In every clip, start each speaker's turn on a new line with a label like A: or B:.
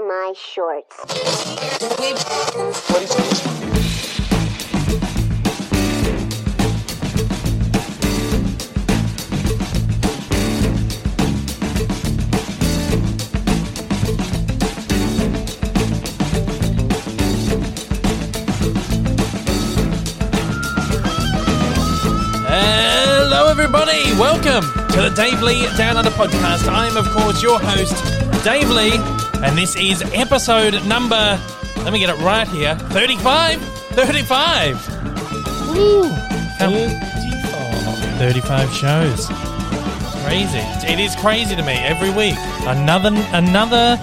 A: my shorts.
B: Hello, everybody. Welcome to the Dave Lee Down Under podcast. I'm, of course, your host, Dave Lee, and this is episode number, let me get it right here 35. 35. Woo. How- 35 shows. Crazy. It is crazy to me every week. Another another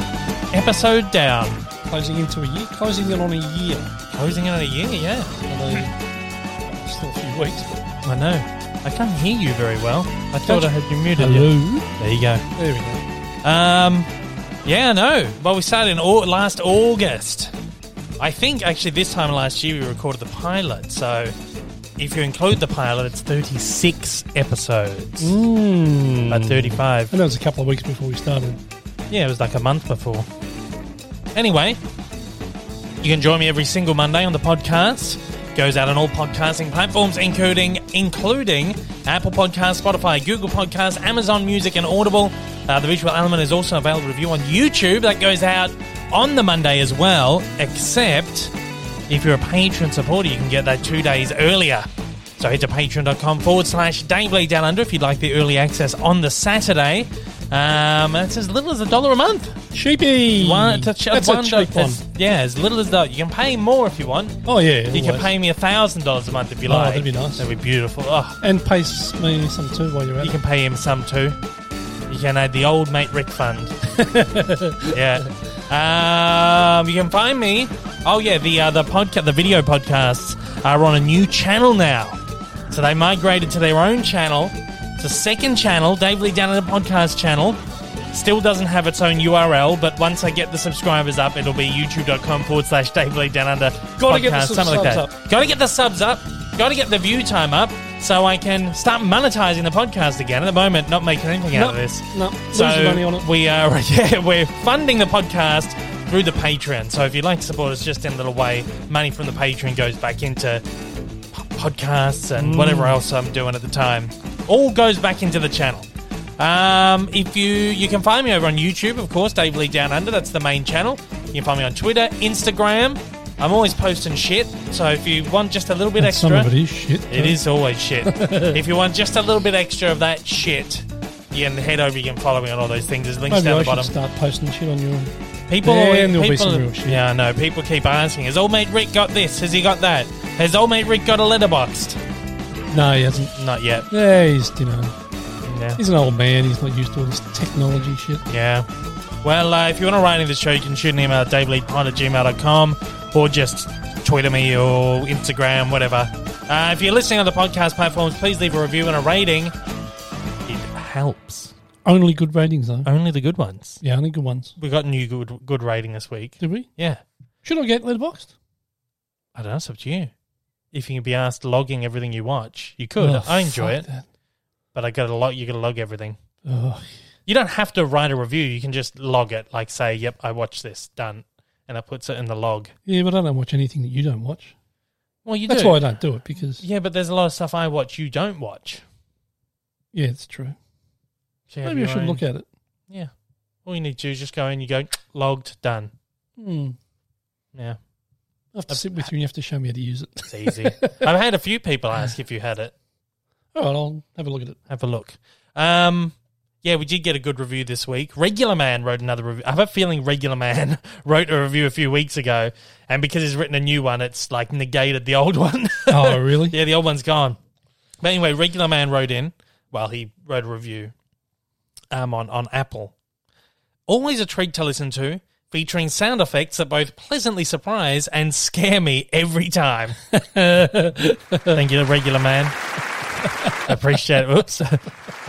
B: episode down.
C: Closing into a year, closing in on a year.
B: Closing in on a year, yeah.
C: Although, still a few weeks.
B: I know. I can't hear you very well. I thought I had you muted. There you go.
C: There we go.
B: Um, yeah, I know. Well, we started in au- last August. I think actually this time last year we recorded the pilot. So if you include the pilot, it's 36 episodes.
C: Mm.
B: At 35.
C: And that was a couple of weeks before we started.
B: Yeah, it was like a month before. Anyway, you can join me every single Monday on the podcast. Goes out on all podcasting platforms, including including Apple Podcasts, Spotify, Google Podcasts, Amazon Music, and Audible. Uh, the visual element is also available to view on YouTube. That goes out on the Monday as well, except if you're a patron supporter, you can get that two days earlier. So head to patreon.com forward slash Dave Lee Down Under if you'd like the early access on the Saturday. Um, it's as little as a dollar a month.
C: Sheepy.
B: One, to ch-
C: Hmm. That's
B: one
C: a cheap
B: do-
C: one.
B: as- yeah, as little as that. You can pay more if you want.
C: Oh yeah.
B: You can
C: always.
B: pay me a thousand dollars a month if you
C: Oh,
B: like.
C: that'd be nice.
B: That'd be beautiful. Oh,
C: and pays me some too while you're at
B: you can pay him some too. You can add the old mate Rick fund. yeah. Um, you can find me. Oh yeah, the uh, the podcast, the video podcasts are on a new channel now. So they migrated to their own channel. It's a second channel, Dave Lee Down in the podcast channel. Still doesn't have its own URL, but once I get the subscribers up, it'll be youtube.com forward slash Dave Lee Down Under.
C: Gotta get the
B: podcast,
C: sub-
B: something like
C: subs
B: that. Gotta get the subs up. Gotta get the view time up so I can start monetizing the podcast again. At the moment, not making anything out
C: No,
B: of this.
C: no,
B: So
C: losing money on it.
B: we are yeah, we're funding the podcast through the Patreon. So if you'd like to support us just in a little way, money from the Patreon goes back into po- podcasts and
C: Mm.
B: whatever else I'm doing at the time. All goes back into the channel. Um, if you you can find me over on YouTube, of course, Dave Lee Down Under. That's the main channel. You can find me on Twitter, Instagram. I'm always posting shit. So if you want just a little bit
C: And
B: extra,
C: Some of it is shit.
B: it is always shit. if you want just a little bit extra of that shit, you can head over. You can follow me on all those things. There's links
C: Maybe
B: down
C: I
B: the
C: should
B: bottom.
C: start posting shit on your.
B: People,
C: Then there'll be
B: people-
C: some real shit.
B: Yeah, I know. People keep asking, "Has old mate Rick got this? Has he got that? Has old mate Rick got a letterboxed?"
C: No, he hasn't.
B: Not yet.
C: Yeah, he's you know
B: Yeah.
C: he's an old man. He's not used to all this technology shit.
B: Yeah. Well, uh, if you want to write into the show, you can shoot an email at daveleadpod at gmail.com or just Twitter me or Instagram, whatever. Uh, if you're listening on the podcast platforms, please leave a review and a rating. It helps.
C: Only good ratings though.
B: Only the good ones.
C: Yeah, only good ones.
B: We got a new good good rating this week.
C: Did we?
B: Yeah.
C: Should I get letterboxed?
B: I don't know, it's up to you. If you can be asked logging everything you watch, you could.
C: Oh,
B: I enjoy
C: fuck
B: it,
C: that.
B: but I gotta log you gotta log everything.
C: Ugh.
B: You don't have to write a review, you can just log it, like say, Yep, I watched this, done. And it puts it in the log.
C: Yeah, but I don't watch anything that you don't watch.
B: Well you
C: That's
B: do.
C: why I don't do it because yeah,
B: Yeah, but there's a lot of stuff I watch you don't watch.
C: it's true.
B: So you have
C: Maybe I
B: your
C: should
B: own-
C: look at it.
B: Yeah. All you need to do is just go in, you go logged, done.
C: Hmm.
B: Yeah.
C: I have to
B: I've-
C: sit with you and you have to show me how to use it.
B: It's easy. I've had a few people ask if you had it.
C: All right, I'll have a look at it.
B: have a look. Um, yeah, we did get a good review this week. Regular Man wrote another review. I have a feeling Regular Man wrote a review a few weeks ago, and because he's written a new one, it's like negated the old one.
C: Oh, really?
B: yeah, the old one's gone. But anyway, Regular Man wrote in. Well, he wrote a review um, on on Apple. Always a treat to listen to, featuring sound effects that both pleasantly surprise and scare me every time. Thank you, regular man. Appreciate it. Whoops.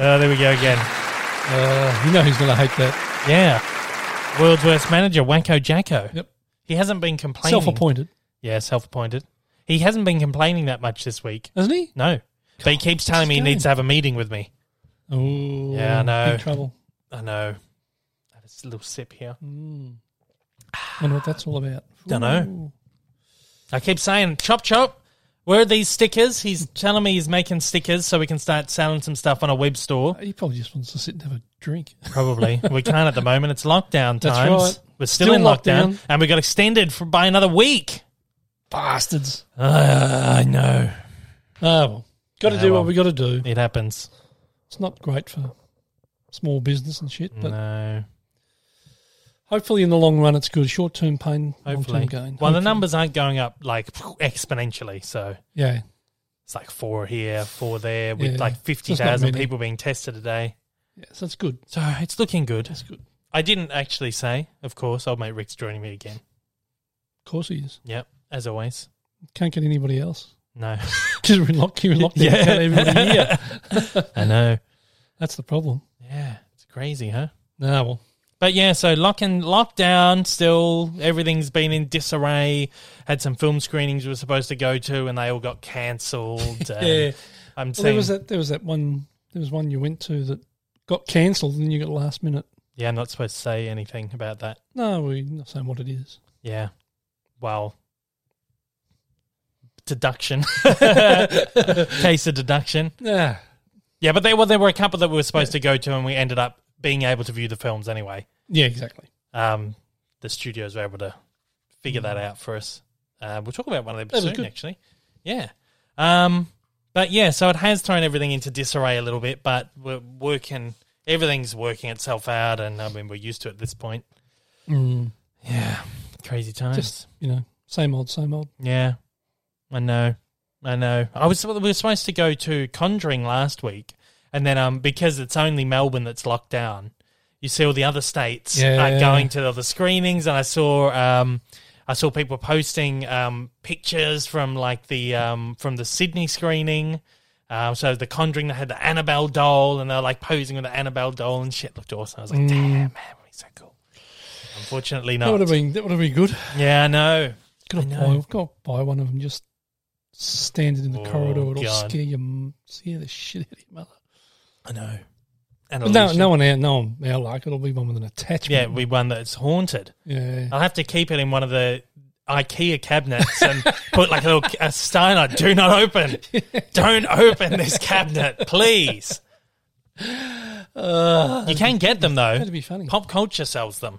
B: Uh, there we go again.
C: Uh, you know who's going to hate that?
B: Yeah. World's worst manager, Wanko Jacko.
C: Yep.
B: He hasn't been complaining.
C: Self-appointed,
B: Yeah, self appointed. He hasn't been complaining that much this week.
C: isn't he?
B: No. but he keeps telling me he
C: game.
B: needs to have a meeting with me.
C: Oh,
B: Yeah, I know.
C: Big trouble.
B: I know. Have a little sip here.
C: Hmm. wonder what that's all about.
B: Dunno.
C: Ooh.
B: I keep saying, Chop Chop, where are these stickers? He's telling me he's making stickers so we can start selling some stuff on a web store.
C: He probably just wants to sit and have a drink.
B: Probably. we can't at the moment. It's lockdown times.
C: That's right.
B: We're still,
C: Still
B: in lockdown,
C: lockdown.
B: and we got extended for, by another week.
C: Bastards. Ah,
B: I know.
C: Oh, well. Got to
B: Yeah,
C: do
B: well.
C: what we got to do.
B: It happens.
C: It's not great for small business and shit, but
B: no.
C: hopefully in the long run it's good. Short term pain, long
B: Hopefully.
C: term gain.
B: Well,
C: Hopefully.
B: the numbers aren't going up like exponentially. So
C: Yeah.
B: it's like four here, four there, with
C: Yeah.
B: like
C: There's not
B: 50,000
C: many.
B: people being tested a day.
C: yeah. So that's good.
B: So it's looking good.
C: That's good. Of
B: I didn't actually say, of course, old mate Rick's joining me again.
C: course he is.
B: Yep, as always.
C: Can't get anybody else.
B: No.
C: Because we're in lock- you're in lockdown.
B: Yeah.
C: Can't everybody hear.
B: I know.
C: That's the problem.
B: Yeah, it's crazy, huh?
C: Nah, well,
B: But yeah, so lock and lockdown still. Everything's been in disarray. Had some film screenings we were supposed to go to, and they all got cancelled. and
C: yeah.
B: I'm
C: Well, there
B: seeing.
C: was that. There was that one. There was one you went to that got cancelled, and you got last minute.
B: yeah, I'm not supposed to say anything about that.
C: No, we're not saying what it is.
B: Yeah, well, deduction, case of deduction.
C: Yeah,
B: Yeah, but there were there were a couple that we were supposed to go to, and we ended up being able to view the films anyway.
C: yeah, exactly.
B: Um, the studios were able to figure that out for us. Uh, we'll talk about one of them
C: was
B: soon,
C: Mm. good.
B: actually. Yeah. Um, but yeah, so it has thrown everything into disarray a little bit, but we're working. Everything's working itself out, and I mean we're used to it at this point.
C: Mm.
B: Yeah, crazy times.
C: Just you know, same old, same old.
B: yeah, I know, I know. I was we were supposed to go to Conjuring last week, and then um because it's only Melbourne that's locked down, you see all the other states
C: Yeah.
B: are going to the other screenings, and I saw um I saw people posting um pictures from like the um from the Sydney screening. Um, so the Conjuring, they had the Annabelle doll, and they were like posing with the Annabelle doll and shit. Looked awesome. I was like,
C: Mm.
B: damn, man, that would be so cool. Unfortunately,
C: That would
B: not.
C: have been. That would have been good.
B: Yeah, I know. I
C: Got to
B: know.
C: buy. Got to buy one of them. Just standing in the
B: Oh,
C: corridor. It'll
B: God.
C: scare your m- scare the shit out of your mother.
B: I know. And
C: But no, no one out. No one out. Like it'll be one with an
B: Yeah,
C: attachment.
B: we one that's haunted.
C: Yeah.
B: I'll have to keep it in one of the IKEA cabinets and put like a little a sign on: "Do not open, don't open this cabinet, please." you can get them though.
C: That'd be funny.
B: Pop culture sells them.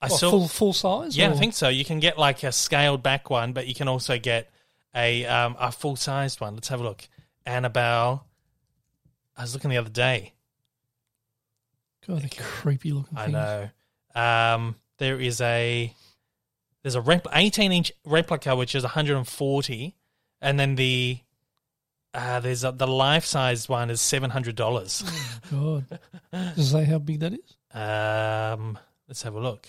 B: I
C: What,
B: saw.
C: full full size.
B: yeah,
C: or-
B: I think so. You can get like a scaled back one, but you can also get a um, a full sized one. Let's have a look. Annabelle. I was looking the other day.
C: God, they're creepy looking.
B: I
C: things.
B: know. Um, there is a there's a rep, 18 inch replica which is 140, and then the uh, there's a, the life sized one is seven hundred dollars.
C: God. Does it say how big that is?
B: um, let's have a look.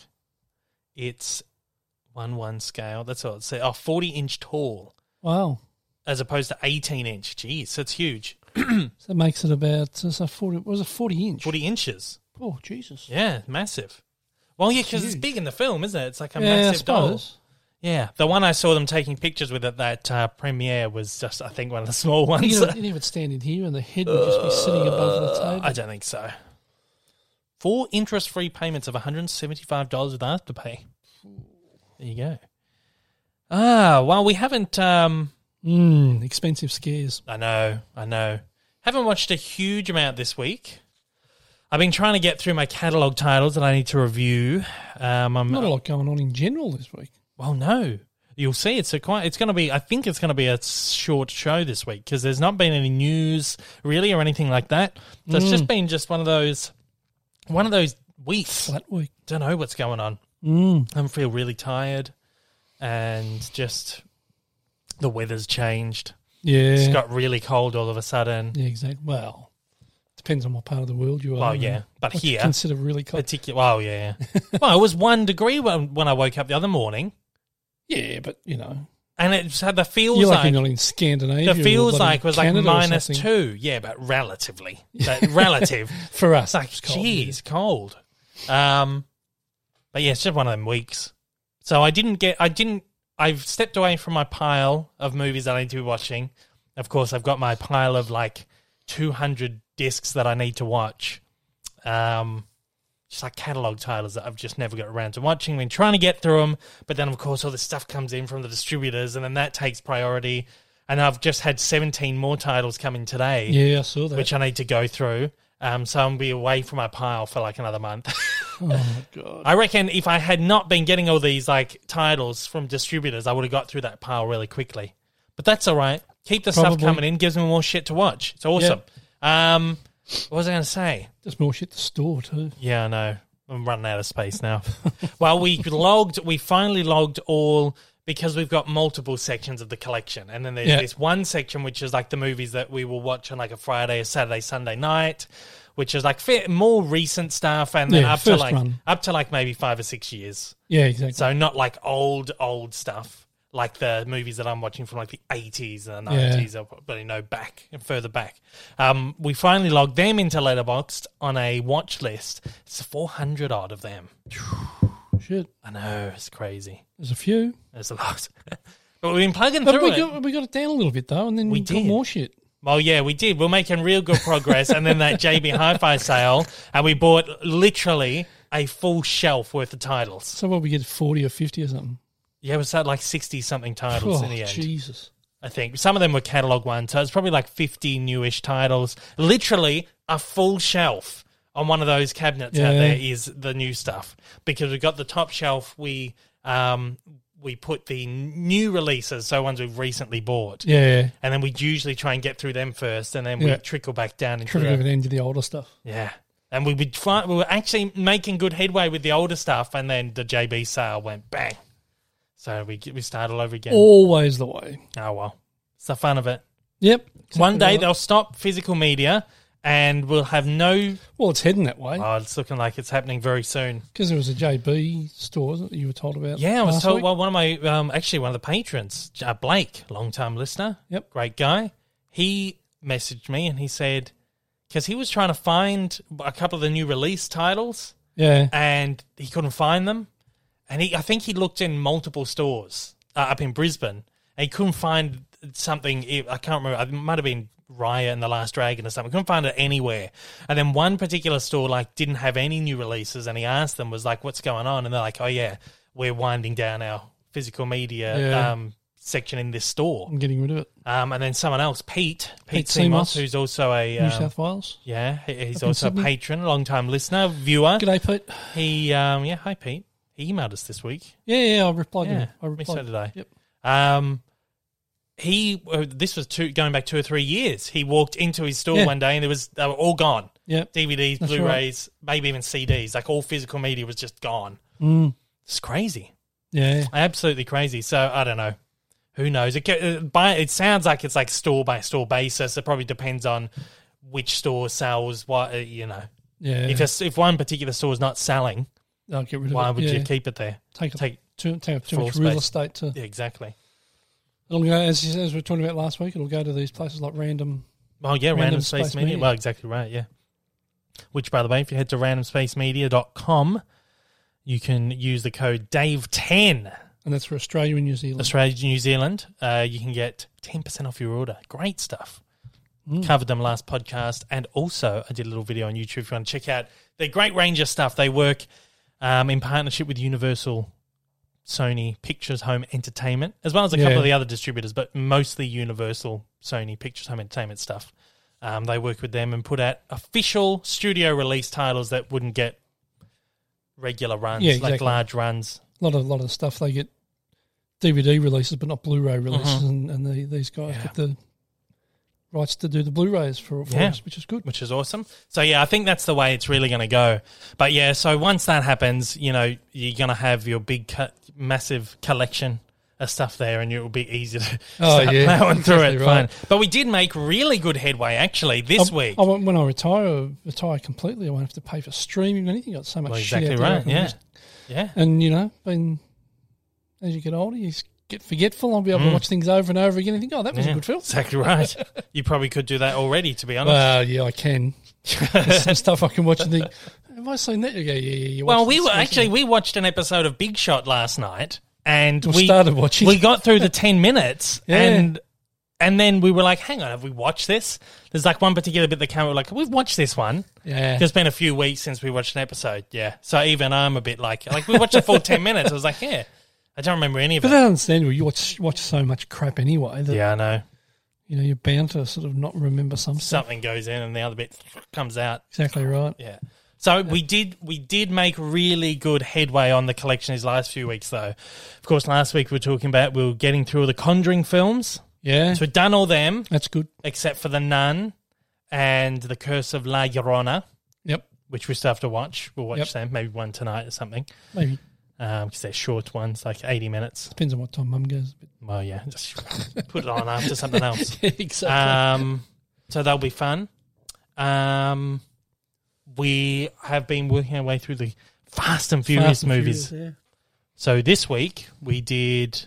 B: It's one one scale. That's all it says. Oh, 40 inch tall
C: Wow.
B: as opposed to 18 inch. Jeez, that's huge.
C: So that makes it about so it's a forty. Was it forty inch?
B: 40 inches.
C: Oh Jesus!
B: Yeah, massive. Well, yeah, because it's
C: huge.
B: big in the film, isn't it? It's like a
C: Yeah, I
B: massive doll.
C: suppose.
B: Yeah, the one I saw them taking pictures with at that uh, premiere was just, I think, one of the small ones.
C: You know, you would stand in here, and the head would just be sitting above the table.
B: Uh, I don't think so. Four interest-free payments of one hundred and seventy-five dollars with afterpay. There you go. Ah, well, we haven't. Um,
C: Mm, expensive scares.
B: I know, I know. Haven't watched a huge amount this week. I've been trying to get through my catalog titles that I need to review. Um, I'm
C: Not a lot going on in general this week.
B: Well, no, you'll see. It's a quite. It's going to be. I think it's going to be a short show this week because there's not been any news really or anything like that. So it's
C: Mm.
B: just been just one of those, one of those weeks.
C: Flat week.
B: Don't know what's going on.
C: Mm.
B: I feel really tired, and just the weather's changed. It's
C: Yeah.
B: got really cold all of a sudden.
C: yeah. Exactly. Well, depends on what part of the world you are.
B: Well,
C: and
B: yeah, but
C: what you
B: here,
C: consider really cold.
B: particular. Well, yeah. well, it was one degree when when I woke up the other morning,
C: Yeah, but you know,
B: and it just had the feels
C: you're
B: like
C: lucky you're not in Scandinavia.
B: the
C: or
B: feels
C: bloody
B: like was
C: Canada or
B: like minus
C: something.
B: two. Yeah, but relatively, But relative.
C: for us.
B: It's like,
C: it's cold, yeah.
B: geez, cold. Um, but yeah, it's just one of them weeks. So I didn't get. I didn't. I've stepped away from my pile of movies that I need to be watching. Of course, I've got my pile of like two hundred discs that I need to watch. Um, just like catalog titles that I've just never got around to watching. Been trying to get through them, but then of course all this stuff comes in from the distributors, and then that takes priority. And I've just had 17 more titles coming today,
C: Yeah, I saw that.
B: which I need to go through. Um, so I'm be away from my pile for like another month.
C: God.
B: I reckon if I had not been getting all these like titles from distributors, I would have got through that pile really quickly. But that's all right. Keep the stuff
C: Probably.
B: coming in. Gives me more shit to watch. It's awesome. Um, what was I going to say?
C: There's more shit to store too.
B: Yeah, I know. I'm running out of space now. well, we logged. We finally logged all because we've got multiple sections of the collection, and then there's
C: Yeah.
B: this one section which is like the movies that we will watch on like a Friday, a Saturday, Sunday night, which is like fair, more recent stuff, and then
C: Yeah,
B: up to
C: first
B: like
C: run.
B: up to like maybe five or six years.
C: Yeah, exactly.
B: So not like old old stuff, like the movies that I'm watching from like the 80s and the
C: Yeah.
B: 90s, or probably no back and further back. Um, we finally logged them into Letterboxd on a watch list. It's 400 odd of them.
C: shit.
B: I know it's crazy.
C: There's a few.
B: There's a lot, but we've been plugging
C: But
B: through
C: we
B: it.
C: got, we got it down a little bit though, and then
B: We
C: we got
B: did.
C: more shit.
B: Well, yeah, we did. We're making real good progress. and then that JB Hi-Fi sale, and we bought literally a full shelf worth of titles.
C: So what we get forty or fifty or something.
B: Yeah, it was that like sixty something titles in
C: Oh
B: the end.
C: Jesus.
B: I think. Some of them were catalog ones, so it's probably like 50 newish titles. Literally a full shelf on one of those cabinets out
C: Yeah.
B: there is the new stuff because we've got the top shelf we um we put the new releases, so ones we've recently bought.
C: Yeah.
B: And then we usually try and get through them first and then we
C: Yeah.
B: trickle back down into
C: Tripping
B: the-
C: over the end of the older stuff.
B: yeah. And we would try, we were actually making good headway with the older stuff and then the JB sale went bang. So we we started all over again. Oh,
C: Always the way.
B: well. It's the fun of it.
C: Yep.
B: One day
C: right.
B: they'll stop physical media and we'll have no.
C: Well, it's heading that way
B: Oh, it's looking like it's happening very soon.
C: because there was a JB store wasn't it, that you were told about.
B: Yeah, I was
C: last
B: told.
C: week?
B: Well, one of my, um, actually, one of the patrons, uh, Blake, long time listener,
C: Yep.
B: great guy, he messaged me and he said, because he was trying to find a couple of the new release titles
C: Yeah.
B: and he couldn't find them. And he, I think he looked in multiple stores uh, up in Brisbane and he couldn't find something. It, I can't remember. It might have been Raya and the Last Dragon or something. Couldn't find it anywhere. And then one particular store like didn't have any new releases, and he asked them was like, "What's going on?" And they're like, "Oh yeah, we're winding down our physical media."
C: Yeah.
B: Um, section in this store
C: I'm getting rid of it.
B: um, and then someone else pete pete,
C: Pete
B: Seymour,
C: Semos.
B: who's also a
C: New
B: um,
C: South Wales.
B: yeah he- he's
C: in
B: also a
C: Sydney.
B: patron long time listener viewer
C: Good day, Pete.
B: he, um, yeah, hi Pete. He emailed us this week.
C: Yeah, yeah. I replied. to
B: Yeah,
C: him. I
B: me so
C: replied.
B: did I.
C: Yep.
B: Um, he, uh, this was two going back two or three years. He walked into his store
C: Yeah.
B: one day and it was they were all gone.
C: Yep.
B: DVDs,
C: That's
B: Blu-rays, maybe even CDs. Like all physical media was just gone.
C: Mm.
B: It's crazy,
C: Yeah.
B: absolutely crazy. So I don't know. Who knows? It, ca- uh, by it sounds like it's like store by store basis. It probably depends on which store sells what. uh, You know,
C: Yeah.
B: if a, if one particular store is not selling,
C: I'll get rid of
B: why
C: it.
B: would
C: yeah.
B: you keep it there?
C: take up
B: Take
C: too, take up too
B: floor
C: much real
B: space.
C: estate to
B: Yeah, exactly.
C: it'll go as, you- as we were talking about last week it'll go to these places like random
B: Well, Oh, yeah, random,
C: Random
B: space,
C: Space
B: media.
C: Media.
B: Well, exactly right. Yeah. Which, by the way, if you head to randomspacemedia.com, you can use the code DAVE10
C: and that's for australia and new zealand
B: Australia to New Zealand. Uh, you can get 10% off your order. Great stuff.
C: Mm.
B: Covered them last podcast. And also, I did a little video on YouTube if you want to check out their great range of stuff. They work um, in partnership with Universal, Sony, Pictures Home Entertainment, as well as a couple
C: Yeah.
B: of the other distributors, but mostly Universal, Sony, Pictures Home Entertainment stuff. Um, they work with them and put out official studio release titles that wouldn't get regular runs,
C: Yeah,
B: like
C: exactly.
B: large runs.
C: a lot of lot of stuff they get dvd releases but not blu-ray releases and, and the, these guys
B: Uh-huh. Yeah.
C: get the rights to do the blu-rays for, for
B: Yeah.
C: us which is good
B: which is awesome. So yeah, I think that's the way it's really going to go. But yeah, so once that happens, you know, you're going to have your big, co- massive collection of stuff there, and it will be easy to
C: Oh,
B: start
C: yeah,
B: plowing through it.
C: exactly right.
B: Fine. But we did make really good headway actually this
C: I-
B: week.
C: I won't- when i retire retire completely i won't have to pay for streaming or anything got so much
B: well,
C: shit out
B: exactly
C: there, I
B: right.
C: can
B: Yeah,
C: just-
B: yeah.
C: and you know been as you get older you get forgetful i'll be able to watch things over and over again and think oh that was
B: Mm. Yeah,
C: a good film
B: Exactly right. you probably could do that already, to be honest.
C: Well, yeah, I can. There's some stuff I can watch and think, have I seen that? You go, yeah, yeah, you
B: Well,
C: watched
B: we
C: this
B: were
C: one."
B: actually we watched an episode of Big Shot last night, and
C: We
B: we
C: started watching.
B: We got through the ten minutes,
C: Yeah.
B: and And then we were like, hang on, have we watched this? There's like one particular bit that came, we were like, we've watched this one.
C: Yeah.
B: It's been a few weeks since we watched an episode, yeah. So even I'm a bit like, like we watched it for 10 minutes. I was like, yeah, I don't remember any of
C: But
B: it.
C: that's understandable. You watch watch so much crap anyway that
B: Yeah, I know.
C: you know you're bound to sort of not remember some stuff.
B: Something goes in and the other bit comes out.
C: Exactly right.
B: Yeah. So we did we did make really good headway on the collection these last few weeks though. Of course, last week we were talking about we were getting through all the Conjuring films.
C: Yeah,
B: So we've done all them
C: that's good.
B: except for the Nun and the Curse of La Llorona,
C: Yep,
B: which we still have to watch. We'll watch
C: Yep.
B: them maybe one tonight or something
C: maybe
B: because they're short ones, like eighty minutes.
C: depends on what time Mum goes.
B: Well, yeah, just put it on after something else.
C: exactly.
B: Um, so that'll be fun. Um, we have been working our way through the Fast and Furious movies. So this week we did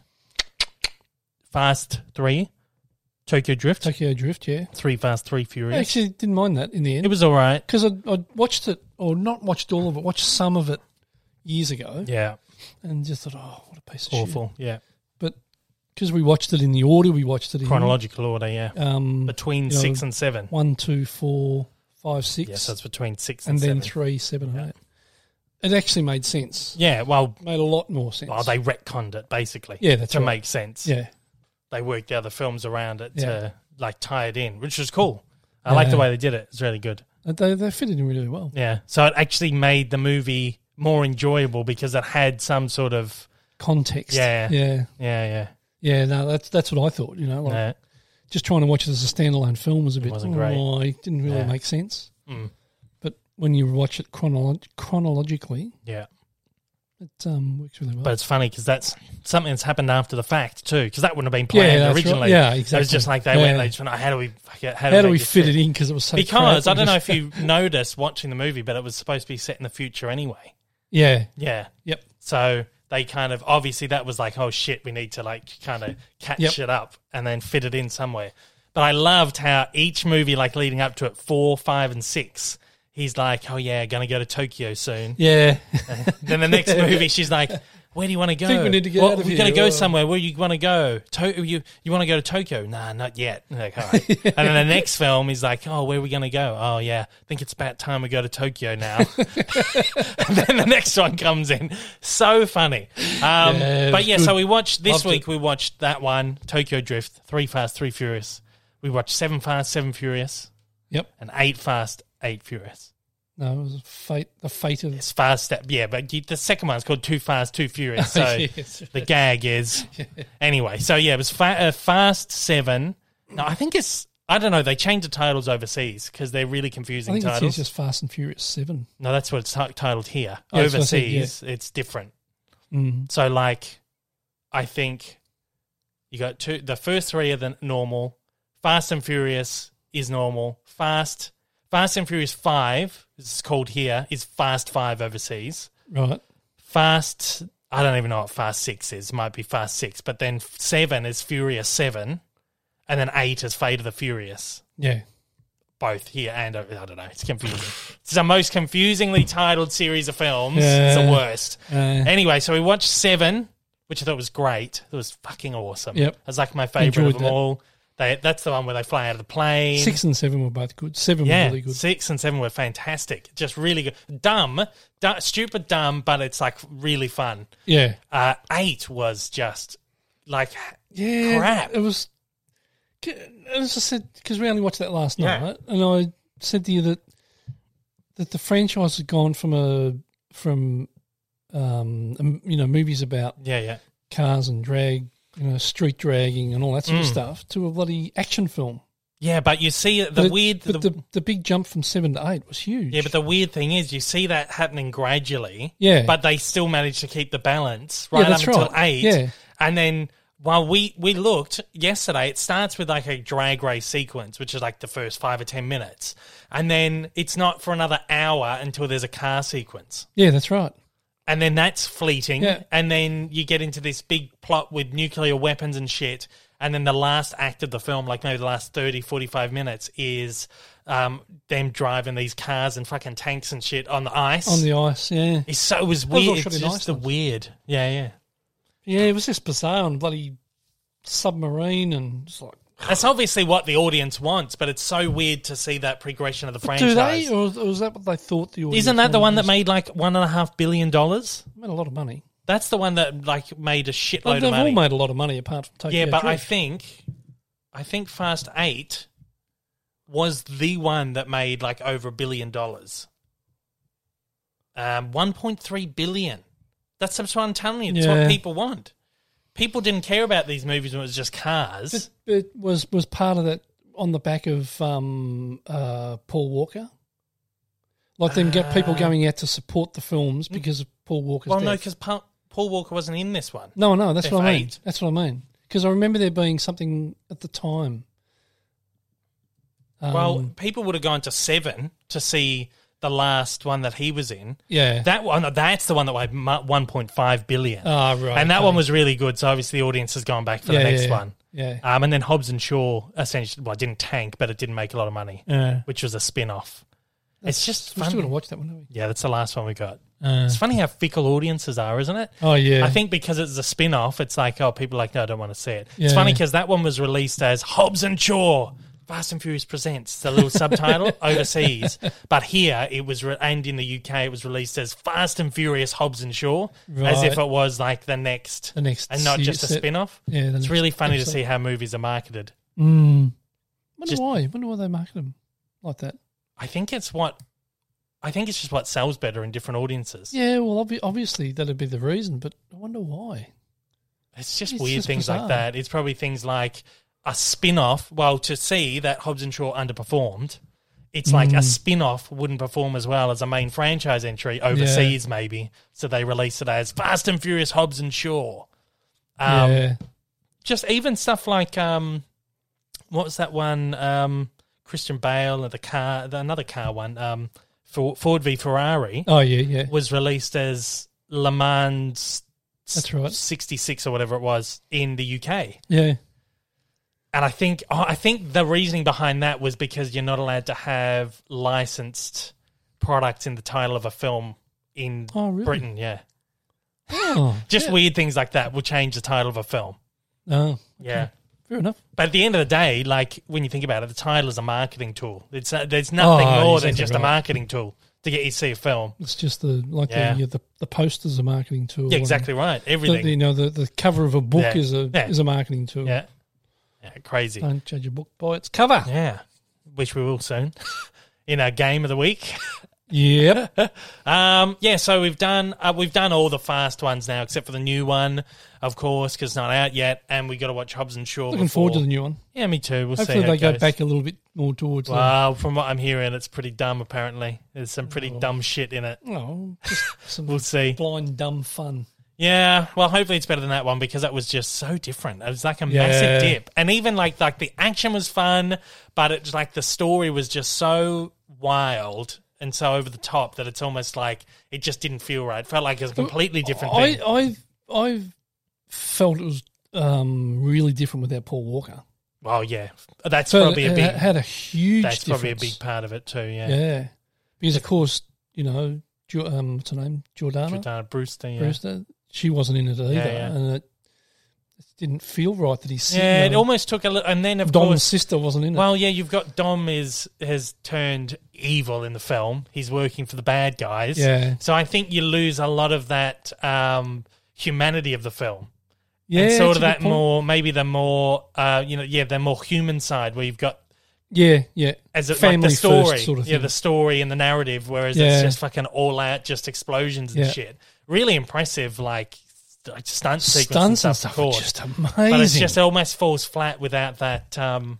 B: Fast Three, Tokyo Drift,
C: Tokyo Drift. Yeah,
B: Three Fast Three
C: I
B: Furious.
C: actually didn't mind that in the
B: It
C: end
B: was all right.
C: because I, I watched it or not watched all of it, watched some of it years ago,
B: Yeah,
C: and just thought, oh, what a piece of shit.
B: awful. Yeah,
C: Because we watched it in the order we watched it in
B: chronological order. Yeah,
C: Um,
B: between
C: you know,
B: six and seven.
C: one, two, four, five, six,
B: Yeah, so it's between six and,
C: and then
B: seven.
C: three, seven, and
B: Yeah.
C: eight. It actually made sense.
B: yeah, well,
C: Made a lot more sense.
B: well, Oh, they retconned it basically.
C: Yeah, that's
B: to
C: right.
B: make sense.
C: yeah,
B: they worked the other films around it
C: Yeah.
B: to like tie it in, which was cool. I like the
C: Yeah.
B: way they did it. It's really good.
C: And they they fitted in really well.
B: Yeah. So it actually made the movie more enjoyable because it had some sort of
C: Context.
B: Yeah.
C: yeah,
B: yeah, yeah.
C: yeah. No, that's that's what I thought. You know, like
B: yeah.
C: just trying to watch it as a standalone film was a bit.
B: wasn't great.
C: Oh, it didn't really
B: Yeah.
C: make sense.
B: Mm.
C: But when you watch it chronolo- chronologically,
B: Yeah.
C: it um, works really well.
B: But it's funny because that's something that's happened after the fact too, because that wouldn't have been
C: yeah,
B: planned
C: that's right.
B: originally.
C: Yeah,
B: It
C: exactly.
B: was just like they
C: Yeah.
B: went, they just went, "Oh, how do we, fuck it, how do,
C: How do
B: make
C: we
B: this
C: fit
B: fit?"
C: it in? Because it was so
B: Because I
C: crap, we
B: don't know if
C: just-
B: you noticed watching the movie, but it was supposed to be set in the future anyway.
C: yeah,
B: Yeah.
C: Yep.
B: So they kind of obviously that was like, oh shit, we need to like kind of catch
C: Yep.
B: it up and then fit it in somewhere. But I loved how each movie, like leading up to it, four, five, and six, he's like, oh yeah, gonna go to Tokyo soon.
C: yeah,
B: then the next movie, she's like, where do you want to go?
C: Think we need to get
B: Well,
C: out of
B: we're
C: here.
B: gonna go
C: Oh.
B: somewhere. Where you want to go? To- you you want to go to Tokyo? Nah, not yet. And Like, all right. and then the next film is like, oh, where are we gonna go? Oh yeah, I think it's about time we go to Tokyo now. and then the next one comes in. So funny. Um,
C: Yeah, it
B: but
C: was
B: yeah, so we watched this
C: Loved
B: week. We watched that one, Tokyo Drift, Three Fast, Three Furious. We watched Seven Fast, Seven Furious.
C: Yep.
B: And Eight Fast, Eight Furious.
C: no, it was a fate. The fate of
B: It's fast step, yeah. But you- the second one's called Too Fast, Too Furious. So
C: Yes.
B: the gag is anyway. So yeah, it was fa- uh, Fast Seven. No, I think it's. I don't know. They changed the titles overseas because they're really
C: I
B: confusing
C: think it
B: titles.
C: says just Fast and Furious Seven.
B: no, that's what it's t- titled here.
C: Yeah, that's what I said,
B: overseas, it's different.
C: Mm.
B: So like, I think you got two. The first three are the normal. Fast and Furious is normal. Fast Fast and Furious Five, it's called here, is Fast Five overseas.
C: Right.
B: Fast. I don't even know what Fast Six is. Might be Fast Six, but then Seven is Furious Seven, and then Eight is Fate of the Furious.
C: Yeah.
B: Both here and over- I don't know. It's confusing. it's the most confusingly titled series of films. It's the
C: Yeah.
B: worst.
C: Uh,
B: Anyway, so we watched Seven, which I thought was great. It was fucking awesome.
C: Yep.
B: it was like my favorite of
C: Enjoyed
B: them
C: that.
B: all. They, that's the one where they fly out of the plane.
C: six and seven were both good. Seven
B: Yeah,
C: was really good.
B: six and seven were fantastic. Just really good. Dumb, du- stupid, dumb, but it's like really fun.
C: Yeah.
B: Uh, eight was just like
C: Yeah.
B: Crap.
C: It was. As I said, because we only watched that last
B: Yeah.
C: night, and I said to you that that the franchise had gone from a from um um, you know movies about
B: yeah, yeah,
C: cars and drag, you know, street dragging and all that
B: Mm.
C: sort of stuff to a bloody action film.
B: yeah. But you see the
C: But it-
B: weird,
C: but
B: the-
C: the, the big jump from seven to eight was huge.
B: yeah, but the weird thing is you see that happening gradually.
C: Yeah.
B: but they still manage to keep the balance right up
C: that's
B: until
C: right.
B: eight.
C: Yeah.
B: and then while we we looked yesterday, it starts with like a drag race sequence, which is like the first five or ten minutes, and then it's not for another hour until there's a car sequence.
C: yeah, that's right.
B: and then that's fleeting
C: Yeah.
B: and then you get into this big plot with nuclear weapons and shit and then the last act of the film like maybe the last 30 45 minutes is um, them driving these cars and fucking tanks and shit on the ice
C: On the ice, yeah.
B: it's so it was
C: all
B: weird
C: shot
B: it's
C: in
B: just the
C: Iceland.
B: weird yeah yeah
C: Yeah, it was just bizarre and bloody submarine and it's like
B: That's obviously what the audience wants, but it's so weird to see that progression of the
C: Do
B: franchise.
C: they, or is- or is that what they thought the audience?
B: Isn't that the one that
C: wanted?
B: made like one and a half billion dollars?
C: made a lot of money?
B: That's the one that like made a shitload
C: But
B: of
C: they've
B: money.
C: all made a lot of money apart from Tokyo.
B: yeah, but I
C: Drift.
B: think, I think Fast Eight was the one that made like over a billion dollars. Um, one point three billion. That's what I'm telling you. That's
C: Yeah.
B: what people want. People didn't care about these movies when it was just cars.
C: But it was was part of that on the back of um, uh, Paul Walker. Like them get people going out to support the films because of Paul Walker's
B: Ah. Mm. well, no,
C: death.
B: because Paul, Paul Walker wasn't in this one.
C: No, no, that's what I mean.
B: F8.
C: That's what I mean. Because I remember there being something at the time. Um,
B: well, people would have gone to seven to see the last one that he was in.
C: yeah.
B: That one, that's the one that made one point five billion,
C: Ah, right.
B: and that
C: okay.
B: one was really good. So obviously, the audience has gone back for
C: Yeah,
B: the next
C: yeah,
B: one.
C: Yeah.
B: Um, and then Hobbs and Shaw essentially, well, it didn't tank, but it didn't make a lot of money,
C: Yeah.
B: which was a spin off. It's just
C: we still got to
B: funny.
C: watch that one, haven't we?
B: Yeah, that's the last one we got.
C: Uh,
B: It's funny how fickle audiences are, isn't it?
C: oh, yeah.
B: I think because it's a spin off, it's like, oh, people are like, no, I don't want to see it. It's
C: Yeah.
B: funny because that one was released as Hobbs and Shaw Fast and Furious Presents, the little subtitle overseas. But here it was, re- and in the UK, it was released as Fast and Furious Hobbs and Shaw, as if
C: Right.
B: it was like the next,
C: the next
B: and not
C: se-
B: just a
C: set-
B: spin off.
C: Yeah, the
B: It's
C: next
B: really funny to
C: episode.
B: see how movies are marketed.
C: Mm. Wonder
B: Hmm. Just-
C: why? Wonder why they market them like that.
B: I think it's what, I think it's just what sells better in different audiences.
C: Yeah, well, obvi- obviously that'd be the reason, but I wonder why.
B: It's just
C: It's
B: weird
C: just
B: things like
C: bizarre.
B: that. It's probably things like a spin off. Well, to see that Hobbs and Shaw underperformed, it's like
C: Mm.
B: a spin off wouldn't perform as well as a main franchise entry overseas, maybe. So they release it as Fast and Furious Hobbs and Shaw. Um,
C: yeah,
B: Just even stuff like, um, what was that one? Um, Christian Bale and the car, the, another car one, um, for, Ford v Ferrari
C: oh yeah, yeah,
B: was released as Le Mans.
C: That's right.
B: 66 or whatever it was in the UK.
C: yeah,
B: And I think oh, I think the reasoning behind that was because you're not allowed to have licensed products in the title of a film in
C: Oh, really?
B: Britain. Yeah,
C: oh,
B: just weird things like that will change the title of a film.
C: oh,
B: Yeah.
C: fair enough.
B: But at the end of the day, like when you think about it, the title is a marketing tool. It's uh, there's nothing
C: Oh,
B: more
C: exactly
B: than just a
C: right.
B: marketing tool to get you to see a film.
C: It's just the like
B: Yeah.
C: the, yeah, the the posters a marketing tool.
B: Yeah, exactly right.
C: The,
B: Everything.
C: you know, the, the cover of a book
B: Yeah.
C: is a
B: Yeah.
C: is a marketing tool.
B: yeah, yeah, crazy.
C: Don't judge a book by its cover.
B: Yeah, which we will soon in our game of the week.
C: Yep.
B: Um, yeah, so we've done uh, we've done all the fast ones now, except for the new one, of course, because it's not out yet, and we got to watch Hobbs and Shaw.
C: Looking
B: before.
C: forward to the new one.
B: Yeah, me too. We'll
C: Hopefully
B: see. How
C: they
B: it
C: go
B: goes.
C: back a little bit more towards. the-
B: Well, from what I'm hearing, it's pretty dumb. Apparently, there's some pretty dumb shit in it.
C: oh, just some
B: We'll see.
C: blind dumb fun.
B: Yeah, well, hopefully it's better than that one because that was just so different. It was like a
C: Yeah.
B: massive dip, and even like like the action was fun, but it's like the story was just so wild and so over the top that it's almost like it just didn't feel right. It felt like it was a completely different thing.
C: I I've I've felt it was um, really different without Paul Walker.
B: Well, yeah, that's
C: So
B: probably a
C: it
B: big.
C: had a huge.
B: That's probably a
C: difference.
B: big part of it too. Yeah,
C: Yeah, because of course you know Ju- um, what's her name, Jordana
B: Jordana uh, Brewster. Yeah,
C: Brewster. She wasn't in it either,
B: yeah.
C: and it, it didn't feel right that he. said,
B: yeah.
C: you
B: It
C: know,
B: almost took a little, and then of
C: Dom's
B: course,
C: sister wasn't in it.
B: well, yeah, you've got Dom is has turned evil in the film. He's working for the bad guys.
C: Yeah.
B: So I think you lose a lot of that um, humanity of the film.
C: yeah,
B: and sort
C: that's
B: of
C: a good
B: that
C: point.
B: more, maybe the more, uh, you know, yeah, the more human side where you've got
C: Yeah, yeah,
B: as it, like
C: Family
B: the
C: first
B: story,
C: sort of
B: yeah,
C: thing.
B: the story and the narrative, whereas it's
C: Yeah.
B: just fucking all out, just explosions and
C: Yeah.
B: shit. Really impressive, like st- like stunt sequence and
C: stunts
B: stuff,
C: and
B: of
C: stuff are
B: course.
C: just amazing.
B: but it's just it almost falls flat without that um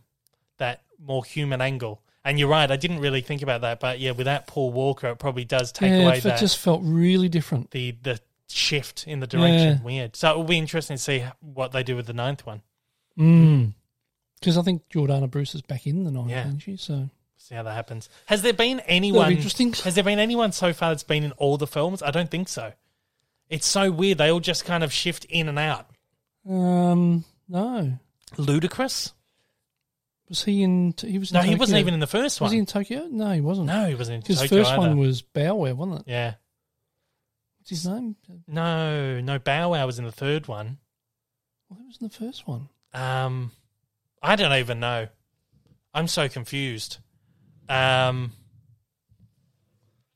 B: that more human angle. And you're right, I didn't really think about that, but yeah, without Paul Walker, it probably does take
C: yeah,
B: away
C: it
B: that
C: just felt really different.
B: the the shift in the direction.
C: Yeah.
B: Weird. So it will be interesting to see what they do with the ninth one.
C: Because I think Jordana Bruce is back in the night,
B: Mm. Yeah.
C: isn't she? So
B: See how that happens. Has there been anyone?
C: interesting.
B: Has there been anyone so far that's been in all the films? I don't think so. It's so weird. They all just kind of shift in and out.
C: um, no,
B: Ludicrous?
C: was he in? He was in
B: No, he
C: Tokyo.
B: wasn't even in the first
C: Was
B: one.
C: he in Tokyo? No, he wasn't.
B: no, he wasn't in
C: His
B: Tokyo
C: first
B: either.
C: one was Bower, wasn't it?
B: yeah.
C: What's his name?
B: No, no. Bow Wow was in the third one.
C: Well, who was in the first one?
B: Um, I don't even know. I'm so confused. Um,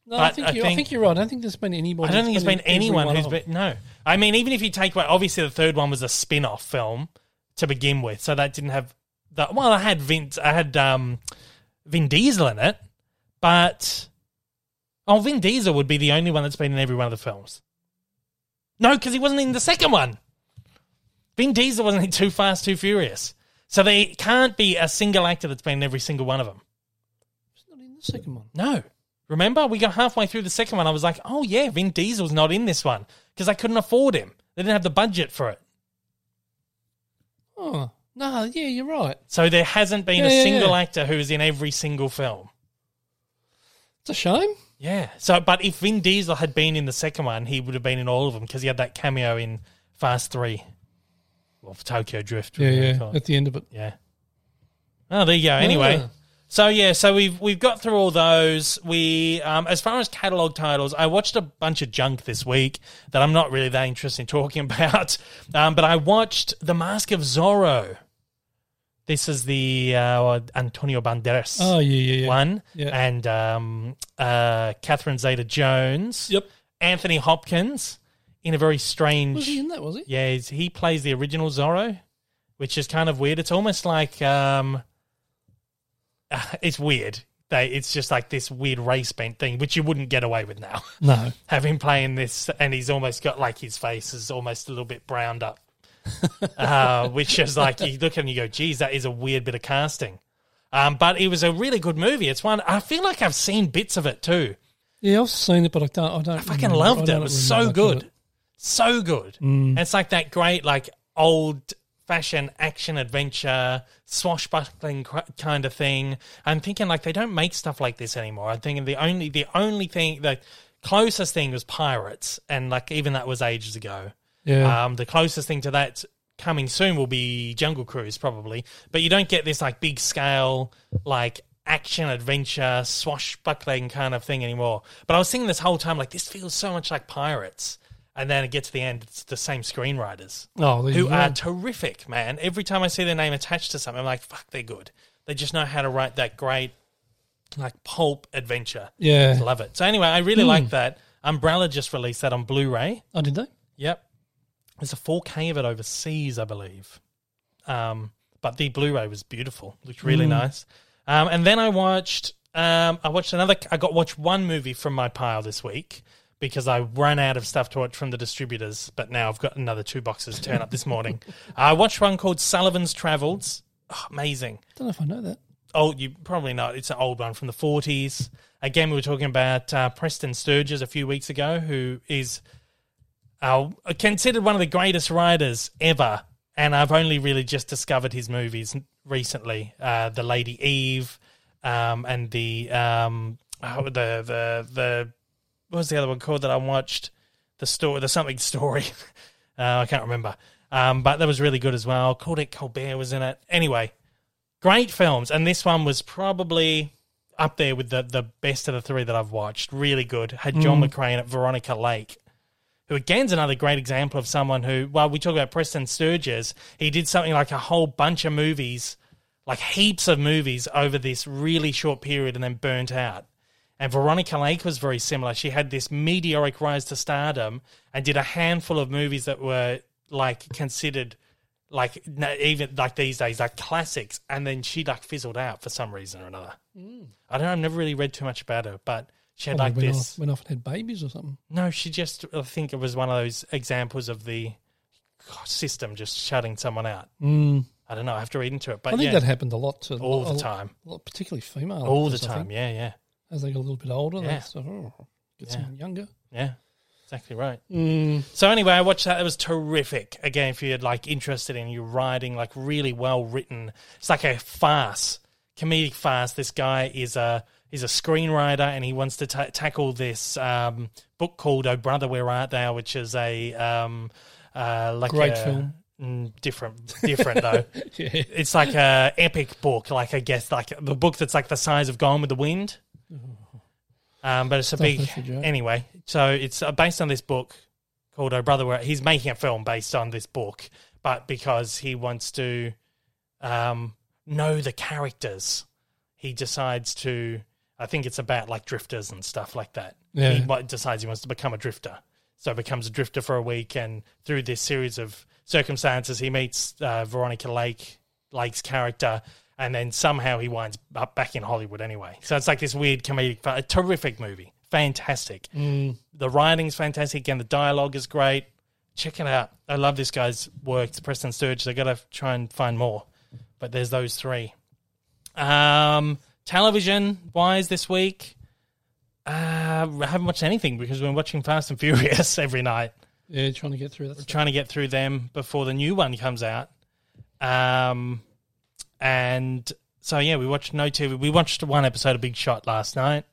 C: No, I
B: But
C: think,
B: I
C: you, I
B: think-
C: think you're right. I don't think there's been anybody.
B: I don't think
C: it's
B: there's been
C: in every
B: anyone
C: one
B: who's
C: of them.
B: been. No. I mean, even if you take away. Obviously, the third one was a spin off film to begin with. So that didn't have. That, well, I had Vince. I had um, Vin Diesel in it. But. Oh, Vin Diesel would be the only one that's been in every one of the films. No, because he wasn't in the second one. Vin Diesel wasn't in Too Fast, Too Furious. So they can't be a single actor that's been in every single one of them.
C: It's not in the second one.
B: No. Remember, we got halfway through the second one. I was like, oh, yeah, Vin Diesel's not in this one because I couldn't afford him. They didn't have the budget for it.
C: Oh no, yeah, you're right.
B: So there hasn't been
C: Yeah,
B: a
C: yeah,
B: single
C: yeah.
B: actor who is in every single film.
C: It's a shame.
B: Yeah. So, but if Vin Diesel had been in the second one, he would have been in all of them because he had that cameo in Fast 3 or Tokyo Drift.
C: Yeah,
B: whatever you
C: yeah.
B: call it.
C: At the end of it,
B: Yeah. Oh, there you go. Anyway,
C: Ah.
B: so yeah, so we've we've got through all those. We um, as far as catalog titles, I watched a bunch of junk this week that I'm not really that interested in talking about. Um, but I watched The Mask of Zorro. This is the uh, Antonio Banderas
C: Oh yeah, yeah, yeah.
B: one,
C: Yeah.
B: and um, uh, Catherine Zeta-Jones,
C: Yep.
B: Anthony Hopkins, in a very strange.
C: Was he in that? Was he?
B: Yeah, he's, he plays the original Zorro, which is kind of weird. It's almost like um, it's weird. They, it's just like this weird race bent thing, which you wouldn't get away with now.
C: No.
B: Have him playing this, and he's almost got like his face is almost a little bit browned up, uh, which is like you look at him and you go, "Geez, that is a weird bit of casting." Um, but it was a really good movie. It's one I feel like I've seen bits of it too.
C: Yeah, I've seen it, but I don't. I don't.
B: I fucking
C: Oh,
B: loved it. It was so good. So good. And it's like that great, like old fashioned action adventure, swashbuckling cr- kind of thing. I'm thinking like they don't make stuff like this anymore. I'm thinking the only the only thing the closest thing was pirates, and like even that was ages ago.
C: Yeah.
B: Um, the closest thing to that coming soon will be Jungle Cruise, probably. But you don't get this like big scale, like action adventure swashbuckling kind of thing anymore. But I was thinking this whole time, like this feels so much like Pirates, and then it gets to the end, it's the same screenwriters
C: oh, there you
B: who
C: go.
B: are terrific, man. Every time I see their name attached to something, I'm like, fuck, they're good. They just know how to write that great, like pulp adventure.
C: Yeah.
B: love it. So anyway, I really like that. Umbrella just released that on Blu-ray.
C: oh, did they?
B: Yep. There's a 4K of it overseas, I believe. Um, but the Blu-ray was beautiful. Looked really nice. Um, and then I watched. Um, I watched another. I got watched one movie from my pile this week because I ran out of stuff to watch from the distributors. But now I've got another two boxes to turn up this morning. I watched one called Sullivan's Travels. Oh, amazing
C: don't know if I know that.
B: oh, you probably not. It's an old one from the 40s. Again, we were talking about uh, Preston Sturges a few weeks ago, who is uh, considered one of the greatest writers ever. And I've only really just discovered his movies recently uh, The Lady Eve um, and the, um, oh, the, the, the, what was the other one called that I watched? The story, the something story. uh, I can't remember. Um, but that was really good as well. Claudette Colbert was in it. Anyway, great films, and this one was probably up there with the the best of the three that I've watched. Really good. Had John McCrae in it, Veronica Lake, who again's another great example of someone who, while we talk about Preston Sturges, he did something like a whole bunch of movies, like heaps of movies over this really short period, and then burnt out. And Veronica Lake was very similar. She had this meteoric rise to stardom and did a handful of movies that were like considered like no, even like these days like classics and then she like fizzled out for some reason or another i don't know i've never really read too much about her but she had
C: Hmm. Probably
B: like
C: went
B: this
C: off, went off and had babies or something.
B: no she just i think it was one of those examples of the system just shutting someone out
C: Mm.
B: i don't know i have to read into it
C: I
B: but
C: think
B: yeah
C: that happened a lot to
B: all
C: a
B: the
C: lot-
B: time
C: a lot, particularly female.
B: all the
C: actors, I
B: time
C: think.
B: yeah yeah
C: as they get a little bit older,
B: Yeah.
C: they sort of oh, get someone younger.
B: yeah exactly right
C: Mm.
B: So anyway, I watched that. It was terrific. Again, if you're like interested in your writing, like really well written. It's like a farce, comedic farce. This guy is a is a screenwriter, and he wants to ta tackle this um, book called "Oh Brother, Where Art Thou," which is a um, uh, like
C: Great
B: a-
C: film.
B: Mm, different, different though.
C: Yeah.
B: It's like a epic book, like I guess, like the book that's like the size of Gone with the Wind. Um, but it's a big
C: that's a joke.
B: anyway. So it's uh, based on this book called Oh Brother. Where he's making a film based on this book, but because he wants to um, know the characters. He decides to. I think it's about like drifters and stuff like that.
C: Yeah.
B: He might, decides he wants to become a drifter, so becomes a drifter for a week, and through this series of circumstances, he meets uh, Veronica Lake Lake's character, and then somehow he winds up back in Hollywood anyway. So it's like this weird comedic, a terrific movie, fantastic. The writing's fantastic, and the dialogue is great. Check it out. I love this guy's work. It's Preston Sturges. I got to try and find more, but there's those three. Um, television wise this week, uh, I haven't watched anything because we're watching Fast and Furious every night
C: Yeah, trying to get through that.
B: trying to get through them before the new one comes out. Um, and so yeah, we watched no TV. We watched one episode of Big Shot last night,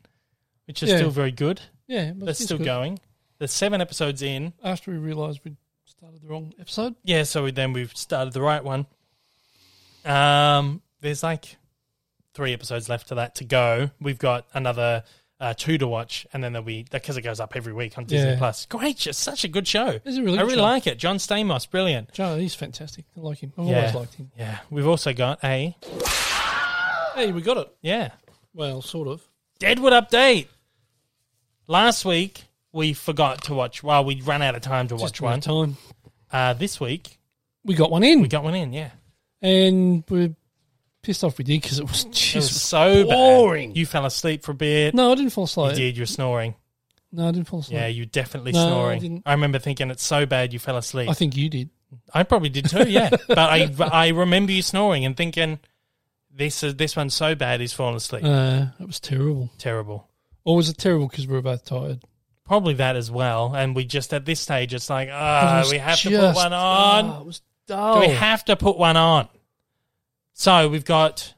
B: which is
C: Yeah.
B: still very good.
C: Yeah, but
B: That's
C: it's
B: still
C: good.
B: going. There's seven episodes in.
C: After we realised we started the wrong episode,
B: Yeah, so we, then we've started the right one. Um, there's like three episodes left to that to go. We've got another uh, two to watch, and then there'll be because it goes up every week on Disney
C: Yeah.
B: Plus. Great, it's such a good show.
C: It's a really
B: I
C: good
B: really
C: show.
B: like it. John Stamos, brilliant.
C: Joe, he's fantastic. I like him. I've always liked him.
B: Yeah, we've also got a
C: Hey, we got it.
B: yeah
C: Well, sort of.
B: Deadwood update. Last week we forgot to watch. Well, we ran out of time to
C: Just
B: watch one.
C: one time.
B: Uh, this week
C: We got one in,
B: we got one in. Yeah,
C: and we're pissed off we did because it was just
B: it was so bad.
C: boring.
B: You fell asleep for a bit.
C: No, I didn't fall
B: you
C: asleep.
B: did. You're snoring.
C: No, I didn't fall asleep.
B: Yeah, you definitely
C: No, I
B: snoring.
C: didn't.
B: I remember thinking it's so bad you fell asleep.
C: I think you did.
B: I probably did too, yeah. but I I remember you snoring and thinking this is this one's so bad he's fallen asleep.
C: Uh, it was terrible.
B: Terrible.
C: Or was it terrible because we were both tired?
B: Probably that as well. And we just at this stage it's like, ah,
C: It was
B: we have to put
C: just-
B: one on.
C: Ah, it was dull.
B: We have to put one on. So we've got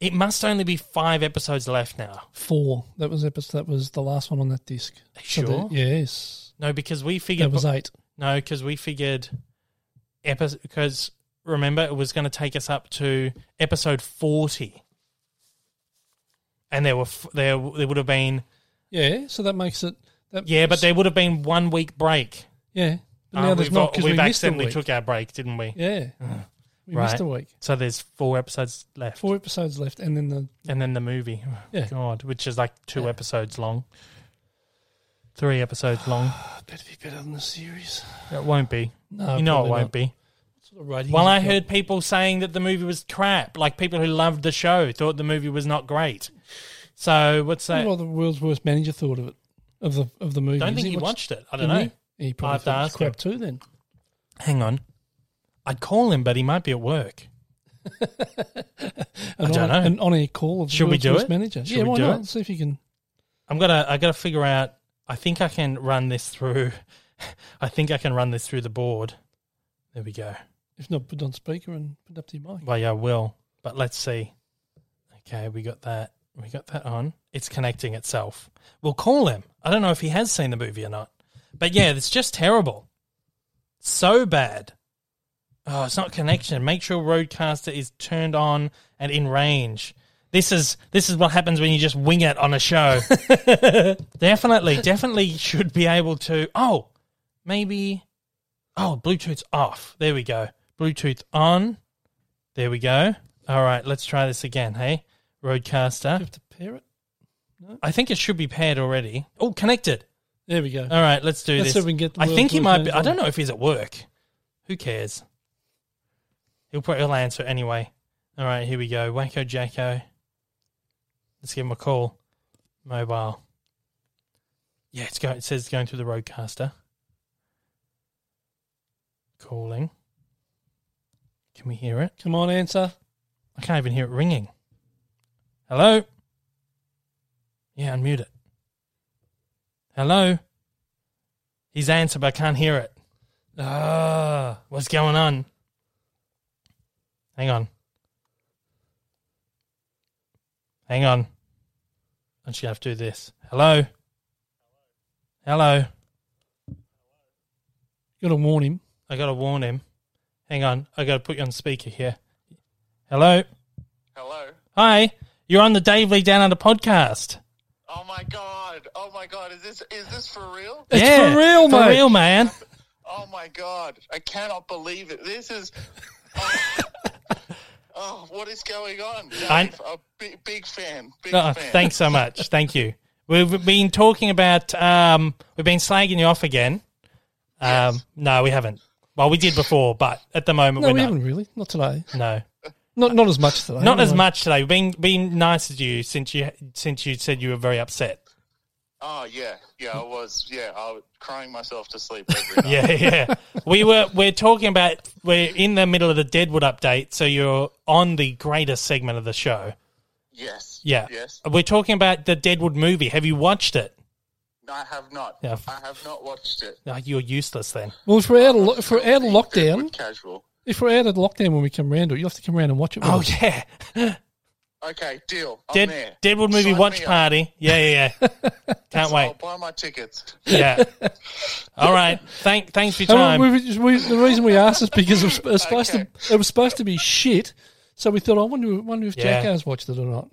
B: it must only be five episodes left now.
C: Four. That was episode. That was the last one on that disc. So
B: sure?
C: the- yes.
B: No, because we
C: That
B: figured
C: was eight.
B: No, because we figured episode because remember it was going to take us up to episode forty, and there were f- there there would have been
C: Yeah. So that makes it. That
B: yeah, but there would have been one week break.
C: Yeah. But now
B: Uh,
C: there's
B: we've
C: not
B: got-
C: because we
B: we've
C: missed a
B: accidentally
C: week.
B: took our break, didn't we?
C: yeah. We
B: Right.
C: missed a week.
B: So there's four episodes left,
C: Four episodes left, and then the
B: and then the movie. Oh,
C: Yeah.
B: God, which is like two
C: Yeah.
B: episodes long, three episodes long.
C: oh, better be better than the series.
B: It won't be.
C: No,
B: you know, it
C: probably
B: won't
C: not.
B: be.
C: Sort of ratings
B: Well, I
C: have got-
B: heard people saying that the movie was crap. Like people who loved the show thought the movie was not great. So what's
C: I
B: that?
C: wonder what the world's worst manager thought of it, of the of the movie.
B: don't
C: Has
B: think he watched it. I don't know.
C: didn't He, He probably
B: have to
C: thought it was
B: ask
C: crap too. Then
B: Hang on, I'd call him, but he might be at work.
C: an
B: don't
C: on,
B: know.
C: An on-air call of the
B: Should we
C: world's
B: do
C: worst
B: it?
C: manager.
B: Should
C: yeah,
B: we
C: why
B: do
C: not?
B: it?
C: See if you can.
B: I'm gonna. I gotta figure out. I think I can run this through. I think I can run this through the board. There we go.
C: If not, put on speaker and put up to your mic.
B: Well, yeah, I will. But let's see. Okay, we got that. We got that on. It's connecting itself. We'll call him. I don't know if he has seen the movie or not. But yeah, it's just terrible. So bad. Oh, it's not connection. Make sure Roadcaster is turned on and in range. This is this is what happens when you just wing it on a show. definitely, definitely should be able to. Oh, maybe. Oh, Bluetooth's off. There we go. Bluetooth on. There we go. All right, let's try this again. Hey,
C: You
B: Roadcaster.
C: have to pair it.
B: I think it should be paired already. Oh, connected.
C: There we go.
B: All right, let's do
C: Let's
B: this.
C: see if we can get the
B: I
C: world
B: think he
C: to
B: might be.
C: change
B: I
C: on.
B: don't know if he's at work. Who cares? He'll probably he'll answer anyway. All right, here we go. Wacko Jacko. Let's give him a call. Mobile. Yeah, it's go, it says it's going through the roadcaster. Calling. Can we hear it?
C: Come on, answer.
B: I can't even hear it ringing. Hello? Yeah, unmute it. Hello? He's answered, but I can't hear it. Ah, what's going on? Hang on. Hang on. I'm just going to have to do this. Hello? Hello?
C: You got to warn him.
B: I got to warn him. Hang on. I got to put you on speaker here. Hello?
A: Hello.
B: Hi, you're on the Dave Lee Down Under podcast.
A: Oh my god. Oh my god. Is this is this for real?
C: It's for real,
B: for
C: mate.
B: real, man.
A: Oh my god. I cannot believe it. This is. Oh, what is going on?
B: I-
A: Dave, a big, big fan. Big
B: Uh,
A: fan.
B: thanks so much. Thank you. We've been talking about. Um, we've been slagging you off again. Um,
A: Yes.
B: No, we haven't. Well, we did before, but at the moment
C: No,
B: we're
C: we
B: not.
C: haven't really. Not today.
B: No,
C: Not not as much today.
B: not as
C: no.
B: much today. We've been been nice to you since you since you said you were very upset.
A: Oh yeah, yeah. I was yeah. I was crying myself to sleep every night.
B: Yeah, yeah. we were we're talking about we're in the middle of the Deadwood update, so you're on the greatest segment of the show.
A: Yes.
B: Yeah. Oh.
A: Yes.
B: We're talking about the Deadwood movie. Have you watched it?
A: No, I have not.
B: Yeah.
A: I have not watched it.
B: No, you're useless then.
C: Well, if we're out of, lo- if we're out of
A: With
C: lockdown,
A: Casual.
C: if we're out of lockdown when we come round, to it, you'll have to come round and watch it. with
B: Oh
C: us.
B: yeah.
A: Okay, deal. I'm
B: Dead,
A: there.
B: Deadwood movie
A: Sign
B: watch
A: me up.
B: party. Yeah, yeah, yeah. Can't
A: I'll
B: wait.
A: buy my tickets.
B: Yeah. All right. Thank thanks for your
C: And we,
B: time.
C: we, just- we, the reason we asked is because it was, it was supposed
A: Okay.
C: to it was supposed to be shit, so we thought I wonder wonder if
B: Yeah.
C: Jacko's watched it or not.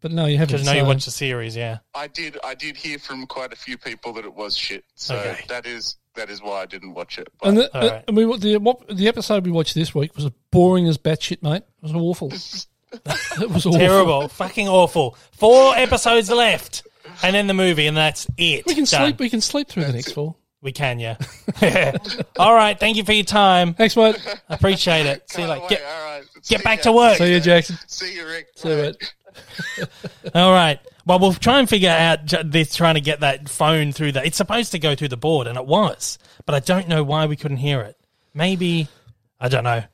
C: But no, you haven't.
B: Because now you
C: so-
B: watch the series. Yeah.
A: I did. I did hear from quite a few people that it was shit. So
B: Okay.
A: that is that is why I didn't watch it. But
C: And, the,
B: All right.
C: and we, the, what, the episode we watched this week was boring as batshit, mate. It was awful. it was awful.
B: Terrible. Fucking awful. Four episodes left, and then the movie, and that's it.
C: We can
B: Done.
C: sleep. We can sleep through the next four.
B: We can, yeah. All right. Thank you for your time.
C: Thanks, mate.
B: Appreciate it. See you
A: Can't
B: later.
A: wait,
B: Get,
A: all right. See
B: get back
A: ya.
B: to work.
C: See you, Jackson.
A: See you, Rick.
C: See you, mate.
B: All right. Well, we'll try and figure out j- this trying to get that phone through that. It's supposed to go through the board, and it was, but I don't know why we couldn't hear it. Maybe I don't know,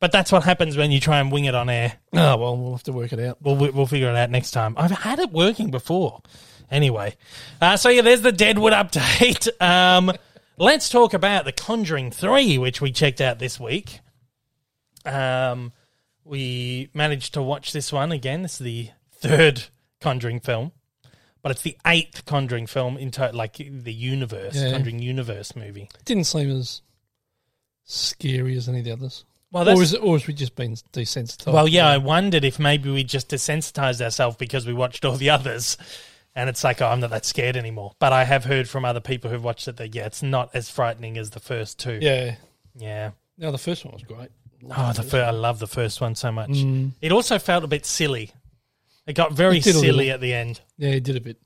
B: but that's what happens when you try and wing it on air.
C: Oh well, we'll have to work it out.
B: We'll we- we'll figure it out next time. I've had it working before. Anyway, uh, so yeah, there's the Deadwood update. Um, let's talk about the Conjuring Three, which we checked out this week. Um, we managed to watch this one again. This is the third Conjuring film, but it's the eighth Conjuring film in total, like the universe,
C: Yeah.
B: Conjuring universe movie.
C: Didn't seem as scary as any of the others.
B: Well,
C: Or is it, or has we just been desensitized?
B: Well, yeah, I wondered if maybe we just desensitized ourselves because we watched all the others. And it's like, oh, I'm not that scared anymore. But I have heard from other people who've watched it that, yeah, it's not as frightening as the first two.
C: yeah.
B: Yeah.
C: No, the first one was great.
B: Oh, the fir- I love the first one so much. It also felt a bit silly. It got very
C: Mm. It did a
B: silly
C: little.
B: at the end,
C: Yeah, it did a bit.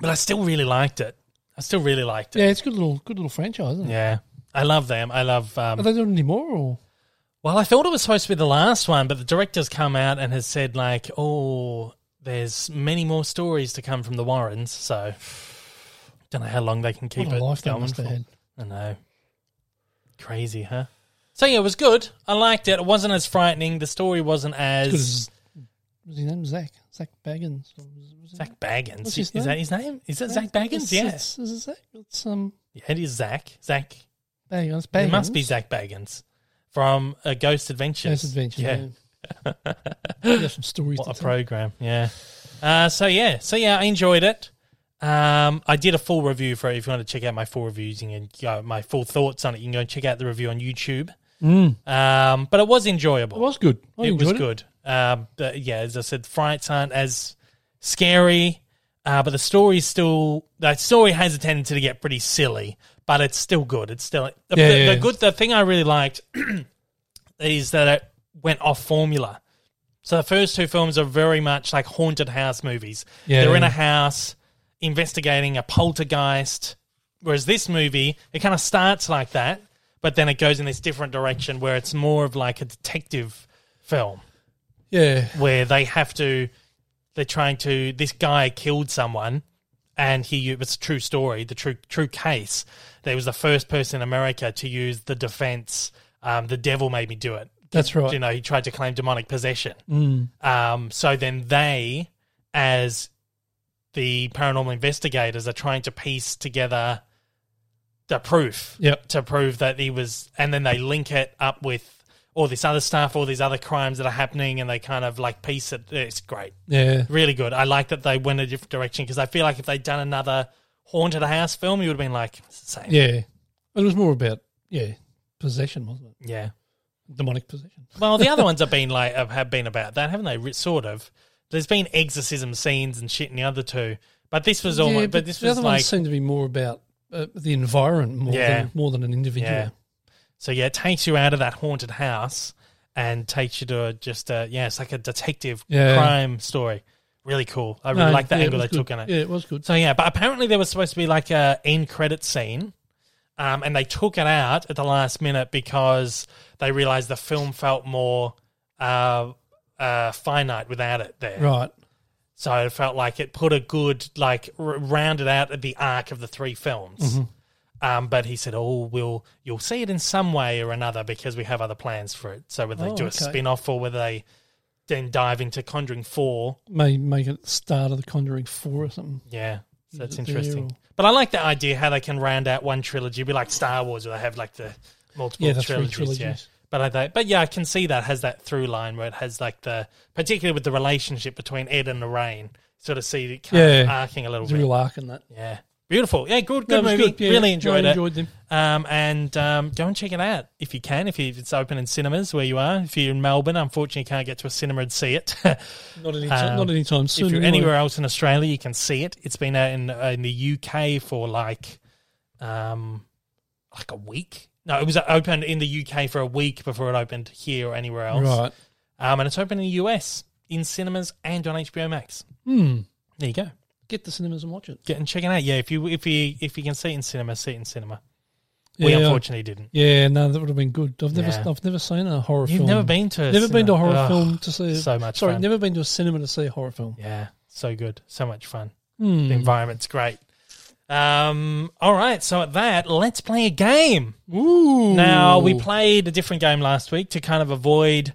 B: but I still really liked it. I still really liked it.
C: Yeah, it's a good little, good little franchise. Isn't it?
B: Yeah. I love them. I love. Um,
C: Are they doing any more? Or
B: Well, I thought it was supposed to be the last one, but the director's come out and has said like, "Oh, there's many more stories to come from the Warrens." So, don't know how long they can keep
C: what
B: it
C: a life they
B: going
C: must have
B: for.
C: had.
B: I know, crazy, huh? So yeah, it was good. I liked it. It wasn't as frightening. The story wasn't as,
C: Good as- Was his name Zach? Zach Baggins. or was- was it-
B: Zach Baggins.
C: What's his
B: is that his name? Is it Zach Baggins?
C: It's-
B: Yes,
C: it's- Is it Zach? It's um
B: yeah, it is Zach. Zach.
C: Baggins. Baggins.
B: It must be Zach Baggins from uh, Ghost Adventures.
C: Ghost Adventure.
B: Yeah.
C: Yeah. You have some stories.
B: What
C: to
B: a
C: tell.
B: program, yeah. Uh, so yeah, so yeah, I enjoyed it. Um, I did a full review for it. If you want to check out my full reviews and go, my full thoughts on it, you can go and check out the review on YouTube. Um, but it was enjoyable.
C: Mm. It was good. I
B: It was
C: enjoyed
B: good. Um, but yeah, as I said, frights aren't as scary, uh, but the story's still that story has a tendency to get pretty silly, but it's still good. It's still the,
C: Yeah,
B: the-
C: yeah,
B: the
C: yeah.
B: good. The thing I really liked is that it went off formula. So the first two films are very much like haunted house movies.
C: Yeah.
B: They're in a house investigating a poltergeist. Whereas this movie, it kind of starts like that, but then it goes in this different direction where it's more of like a detective film
C: Yeah.
B: where they have to they're trying to this guy killed someone and he it was a true story the true true case They was the first person in america to use the defense um, the devil made me do it
C: That's right. Mm.
B: you know he tried to claim demonic possession um, so then they as the paranormal investigators are trying to piece together the proof
C: Yep.
B: to prove that he was, and then they link it up with all this other stuff, all these other crimes that are happening, and they kind of like piece it. It's great,
C: Yeah.
B: really good. I like that they went a different direction because I feel like if they'd done another haunted house film, you would have been like, it's the same.
C: Yeah. It was more about yeah possession, wasn't it?
B: yeah.
C: Demonic possession.
B: Well, the other ones have been like have- have been about that, haven't they? Re- Sort of. There's been exorcism scenes and shit in the other two, but this was almost.
C: yeah,
B: but, this
C: the
B: was
C: other
B: like
C: ones seem to be more about uh, the environment more
B: Yeah.
C: than more than an individual.
B: Yeah. So yeah, it takes you out of that haunted house and takes you to a, just a, yeah, it's like a detective
C: Yeah.
B: crime story. Really cool. I really
C: No,
B: like the
C: yeah, it
B: angle they
C: was
B: took
C: good.
B: on it.
C: Yeah, it was good.
B: So yeah, but apparently there was supposed to be like a end credit scene, um, and they took it out at the last minute because they realized the film felt more uh, uh, finite without it there.
C: Right.
B: So it felt like it put a good like r- rounded out at the arc of the three films.
C: Mm-hmm.
B: Um, but he said, "Oh, we'll you'll see it in some way or another because we have other plans for it. So whether they
C: Oh,
B: do a
C: okay.
B: spin off or whether they then dive into Conjuring Four,
C: May make it the start of the Conjuring Four or something.
B: yeah, so that's
C: it
B: interesting.
C: there or-
B: But I like the idea how they can round out one trilogy, be like Star Wars, where they have like the multiple
C: Yeah, the three
B: trilogies. Yeah.
C: trilogies.
B: But I think, but yeah, I can see that has that through line where it has like the particularly with the relationship between Ed and Lorraine, sort of see it kind of
C: Yeah.
B: arcing a little
C: There's
B: bit.
C: a real arc in that.
B: Yeah, beautiful. Yeah, good, good
C: No, it was
B: movie.
C: good, yeah.
B: Really
C: No,
B: enjoyed
C: I
B: it.
C: enjoyed them.
B: Um, and um, go and check it out if you can, if you- if it's open in cinemas where you are. If you're in Melbourne, unfortunately, you can't get to a cinema and see it.
C: Not any
B: Um,
C: not anytime soon.
B: if you're
C: anyway.
B: anywhere else in Australia, you can see it. It's been out in uh, in the UK for like, um, like a week. No, it was open in the UK for a week before it opened here or anywhere else.
C: Right.
B: Um, and it's open in the US in cinemas and on HBO Max.
C: Hmm.
B: There you go.
C: Get the cinemas and watch it.
B: Get and check it out. Yeah, if you if you if you can see it in cinema, see it in cinema. We
C: Yeah.
B: unfortunately didn't.
C: Yeah, no, that would have been good. I've never,
B: Yeah.
C: I've never seen a horror
B: You've
C: film.
B: never been to a
C: never been to a
B: cinema.
C: horror
B: Ugh,
C: film to see.
B: so much
C: Sorry,
B: fun.
C: never been to a cinema to see a horror film.
B: Yeah, so good, so much fun.
C: Hmm.
B: The environment's great. Um, all right, so at that, let's play a game.
C: Ooh.
B: Now we played a different game last week to kind of avoid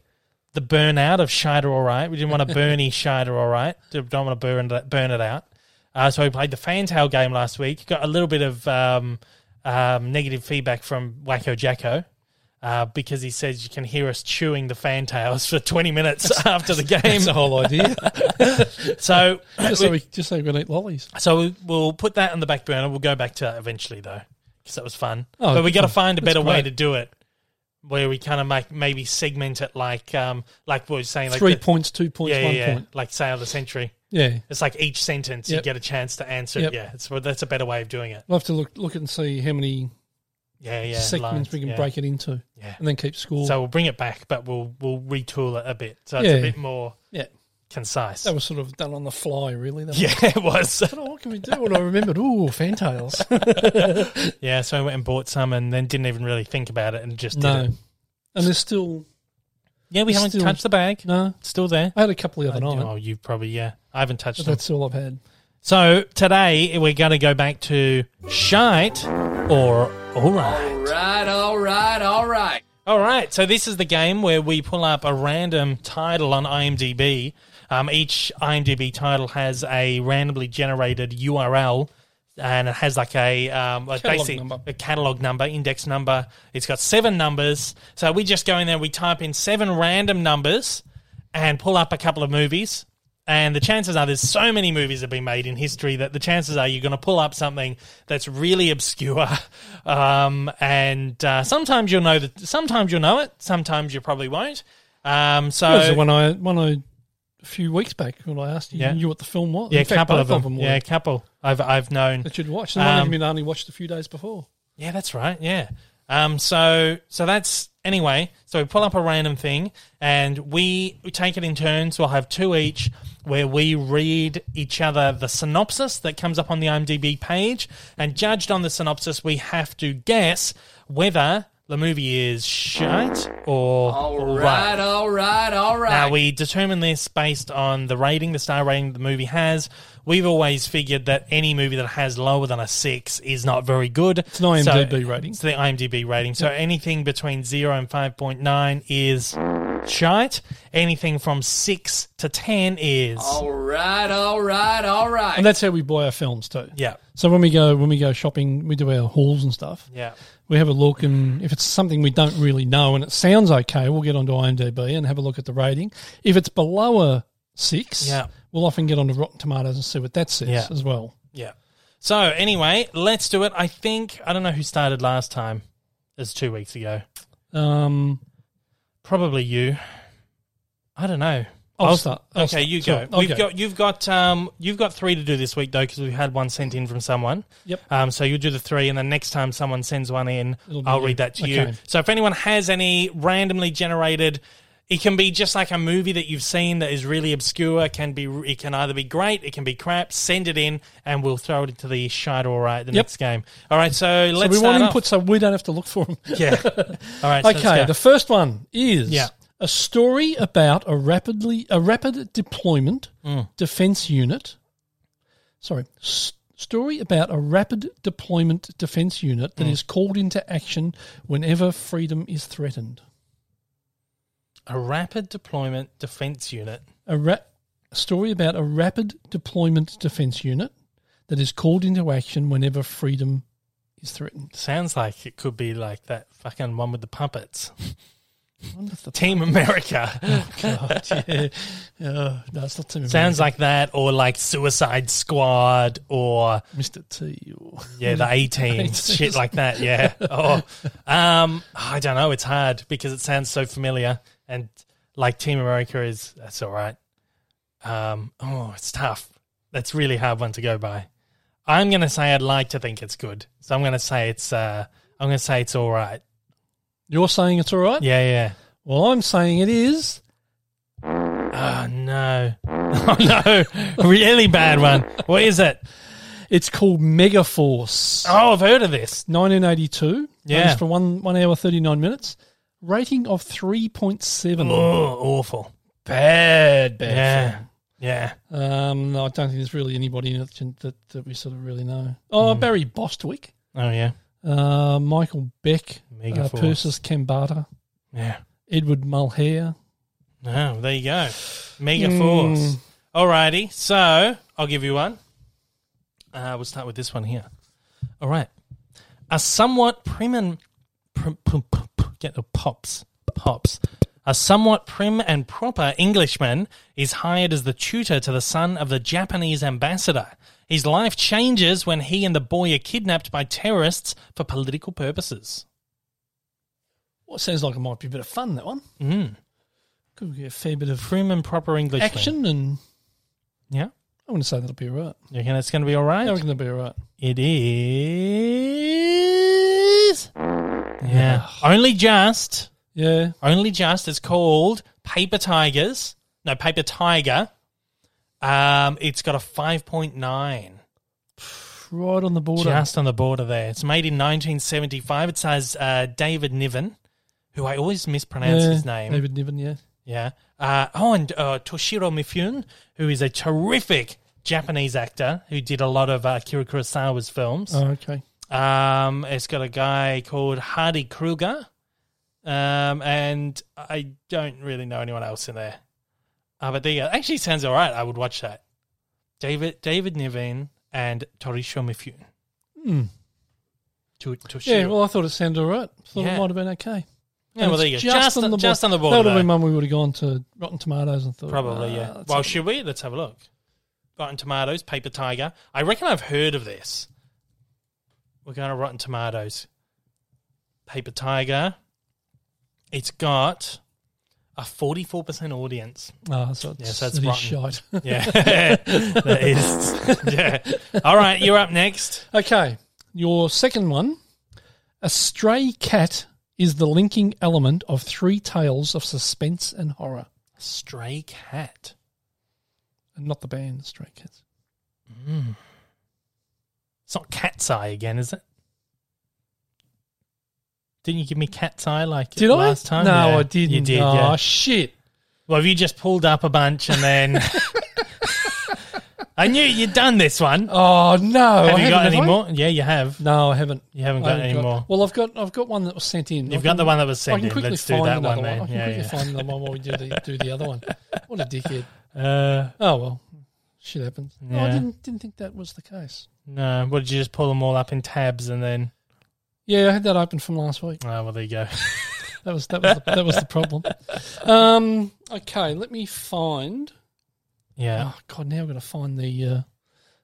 B: the burnout of Shider All Right. We didn't want to burny Shider All Right. Don't want to burn that- burn it out. Uh, so we played the Fantail game last week. Got a little bit of um, um, negative feedback from Wacko Jacko. Uh, because he says you can hear us chewing the fantails for 20 minutes after the game.
C: That's the whole idea.
B: So
C: just so we, just so we can eat lollies.
B: So we- we'll put that on the back burner. We'll go back to that eventually, though, because that was fun.
C: Oh,
B: but we got to find a
C: That's
B: better way
C: great.
B: to do it, where we kind of make maybe segment it like um like we were saying like
C: Three
B: the,
C: points, two points,
B: yeah, yeah,
C: one
B: yeah,
C: point.
B: like say of the century.
C: Yeah.
B: It's like each sentence you
C: Yep.
B: get a chance to answer.
C: Yep.
B: it. Yeah, it's well, that's a better way of doing it.
C: We'll have to look look and see how many
B: Yeah, yeah.
C: segments
B: lines,
C: we can
B: yeah.
C: break it into,
B: Yeah.
C: and then keep score.
B: So we'll bring it back, but we'll we'll retool it a bit so it's a
C: Yeah.
B: bit more
C: yeah,
B: concise.
C: that was sort of done on the fly, really. That was-
B: yeah, it was.
C: I don't know, what can we do? And I remembered, ooh, fantails.
B: yeah, so I went and bought some, and then didn't even really think about it, and just did
C: no,
B: it.
C: and there's still
B: Yeah, we haven't
C: Still-
B: touched the bag.
C: no.
B: Still there.
C: I had a couple the other night,
B: Oh, you probably yeah. I haven't touched
C: but
B: them.
C: that's all I've had.
B: So today we're going to go back to shite or all right.
D: Right, all right, all right.
B: All right. So this is the game where we pull up a random title on IMDb. Um, each IMDb title has a randomly generated URL. And it has like a, um, a
C: Catalog
B: basic
C: number.
B: a catalog number, index number. It's got seven numbers. So we just go in there, we type in seven random numbers, and pull up a couple of movies. And the chances are there's so many movies that have been made in history that the chances are you're going to pull up something that's really obscure. Um, and uh, sometimes you'll know that. Sometimes you'll know it. Sometimes you probably won't. Um, so
C: That was the one I one I a few weeks back when I asked you,
B: Yeah.
C: you knew what the film was.
B: yeah,
C: In
B: a
C: fact,
B: couple
C: both
B: of them.
C: were
B: yeah, a couple. I've I've known.
C: that you'd watched. The one
B: Um,
C: that you only watched a few days before.
B: Yeah, that's right. Yeah. Um. So so that's anyway. So we pull up a random thing, and we we take it in turns. We'll have two each, where we read each other the synopsis that comes up on the IMDb page, and judged on the synopsis, we have to guess whether the movie is shite or
D: All right, all right, all right.
B: now, we determine this based on the rating, the star rating the movie has. We've always figured that any movie that has lower than a six is not very good. It's
C: an IMDb rating.
B: It's the IMDb rating. So anything between zero and 5.9 is shite. Anything from six to 10 is.
D: all right, all right, all right.
C: And that's how we buy our films too.
B: Yeah.
C: So when we go when we go shopping, we do our hauls and stuff.
B: Yeah.
C: We have a look, and if it's something we don't really know and it sounds okay, we'll get onto IMDb and have a look at the rating. If it's below a six,
B: Yeah.
C: we'll often get onto Rotten Tomatoes and see what that says
B: Yeah.
C: as well.
B: Yeah. So anyway, let's do it. I think, I don't know who started last time. It was two weeks ago.
C: Um,
B: Probably you. I don't know.
C: I'll
B: I'll-
C: start. I'll
B: Okay,
C: start.
B: you
C: Sorry,
B: go.
C: I'll
B: We've
C: go.
B: got you've got um you've got three to do this week though because we've had one sent in from someone.
C: Yep.
B: Um, so you do the three, and then next time someone sends one in,
C: It'll be
B: I'll
C: you.
B: read that to you.
C: Okay.
B: So if anyone has any randomly generated It can be just like a movie that you've seen that is really obscure. Can be it can either be great, it can be crap. Send it in, and we'll throw it into the shite. All right, the
C: Yep.
B: next game. All right, so
C: So
B: let's
C: we want
B: start
C: input so we don't have to look for them.
B: off- Yeah. All right. so let's
C: Okay,
B: go.
C: the first one is
B: Yeah.
C: a story about a rapidly a rapid deployment
B: Mm.
C: defense unit. Sorry, s- story about a rapid deployment defense unit
B: Mm.
C: that is called into action whenever freedom is threatened.
B: a rapid deployment defense unit.
C: A, ra- a story about a rapid deployment defense unit that is called into action whenever freedom is threatened.
B: Sounds like it could be like that fucking one with the puppets.
C: I wonder if the-
B: Team America.
C: God, yeah. Oh, no, it's not Tim and
B: Sounds like that, or like Suicide Squad, or
C: Mary, Mr. T. Or-
B: yeah, the A Team, shit like that. Yeah. Oh, um, I don't know. It's hard because it sounds so familiar, and like Team America is that's all right. Um, oh, it's tough. That's really hard one to go by. I'm gonna say I'd like to think it's good, so I'm gonna say it's. Uh, I'm gonna say it's all right.
C: You're saying it's all right?
B: Yeah, yeah.
C: Well, I'm saying it is.
B: Oh no! Oh no! really bad one. What is it?
C: It's called Megaforce.
B: Oh, I've heard of this.
C: 1982.
B: Yeah.
C: Runs for one, one hour, 39 minutes. Rating of 3.7.
B: Oh, awful.
C: Bad, bad.
B: yeah.
C: film.
B: Yeah.
C: Um, no, I don't think there's really anybody in it that, that we sort of really know. Oh,
B: Hmm.
C: Barry Bostwick,
B: Oh, yeah.
C: uh, Michael Beck, uh,
B: Megaforce.
C: Persis Kambata,
B: Yeah.
C: Edward Mulhare.
B: Oh, there you go. Mega Force. Alrighty. So I'll give you one. Uh, we'll start with this one here. All right. A somewhat prim prim, prim, prim, prim get the pops pops. A somewhat prim and proper Englishman is hired as the tutor to the son of the Japanese ambassador. His life changes when he and the boy are kidnapped by terrorists for political purposes.
C: Well, it sounds like it might be a bit of fun, that one.
B: Mm.
C: Could be a fair bit of
B: Prim and proper Englishman.
C: action, and
B: Yeah.
C: I want to say that'll be all right.
B: You reckon it's going to be all right?
C: I reckon that'll be all right.
B: It is. Yeah. Only just.
C: Yeah.
B: Only just. It's called Paper Tigers. No, Paper Tiger. Um, it's got a 5.9.
C: Right on the border.
B: Just on the border there. It's made in 1975. It says uh, David Niven, who I always mispronounce
C: Yeah,
B: his name.
C: David Niven, yeah.
B: Yeah. Uh, oh, and uh, Toshiro Mifune, who is a terrific Japanese actor who did a lot of uh, Akira Kurosawa's films.
C: Oh, okay.
B: Um, it's got a guy called Hardy Kruger, um, and I don't really know anyone else in there. Uh, but there you go. Actually, sounds all right. I would watch that. David David Niven and Torisho Mifune.
C: Hmm.
B: To, to
C: Yeah,
B: shoot.
C: well, I thought it sounded all right. thought
B: Yeah.
C: it might have been okay.
B: Yeah,
C: And
B: well,
C: it's
B: there you go. Just, on the, just on the
C: That
B: border.
C: would have
B: though.
C: been one we would have gone to Rotten Tomatoes and thought.
B: Probably,
C: "Ah,
B: yeah.
C: that's
B: Well,
C: a-
B: should we? Let's have a look. Rotten Tomatoes, Paper Tiger. I reckon I've heard of this. We're going to Rotten Tomatoes. Paper Tiger. It's got a 44% audience.
C: Ah, so it's,
B: Yeah, so it's
C: it is
B: rotten.
C: shite.
B: Yeah. that is. Yeah. All right, you're up next.
C: okay, your second one. A stray cat is the linking element of three tales of suspense and horror.
B: Stray Cat.
C: And not the band, Stray Cats.
B: It's not Cat's Eye again, is it? Didn't you give me Cat's Eye like
C: Did
B: last
C: I?
B: time?
C: No,
B: Yeah,
C: I didn't.
B: You did,
C: Oh,
B: yeah.
C: shit.
B: Well, have you just pulled up a bunch and then? I knew you'd done this one.
C: Oh, no.
B: have
C: I
B: you got
C: haven't,
B: any
C: I?
B: more? Yeah, you have.
C: No, I haven't.
B: You haven't
C: I
B: got
C: haven't
B: any more.
C: Well, I've got I've got one that was sent in.
B: You've
C: I
B: got
C: can-
B: the one that was
C: I
B: sent
C: can
B: in.
C: quickly
B: Let's do
C: find
B: that
C: another
B: one then.
C: I can
B: Yeah,
C: quickly
B: yeah.
C: find another one while we do the, do the other one. What a dickhead!
B: Uh,
C: Oh well, shit happens. No, I
B: Yeah.
C: didn't didn't think that was the case.
B: no. What did you just pull them all up in tabs and then?
C: Yeah, I had that open from last week.
B: Oh, well, there you go.
C: That was that was the, that was the problem. Um, okay, let me find.
B: Yeah,
C: Oh god, now we're gonna find the uh,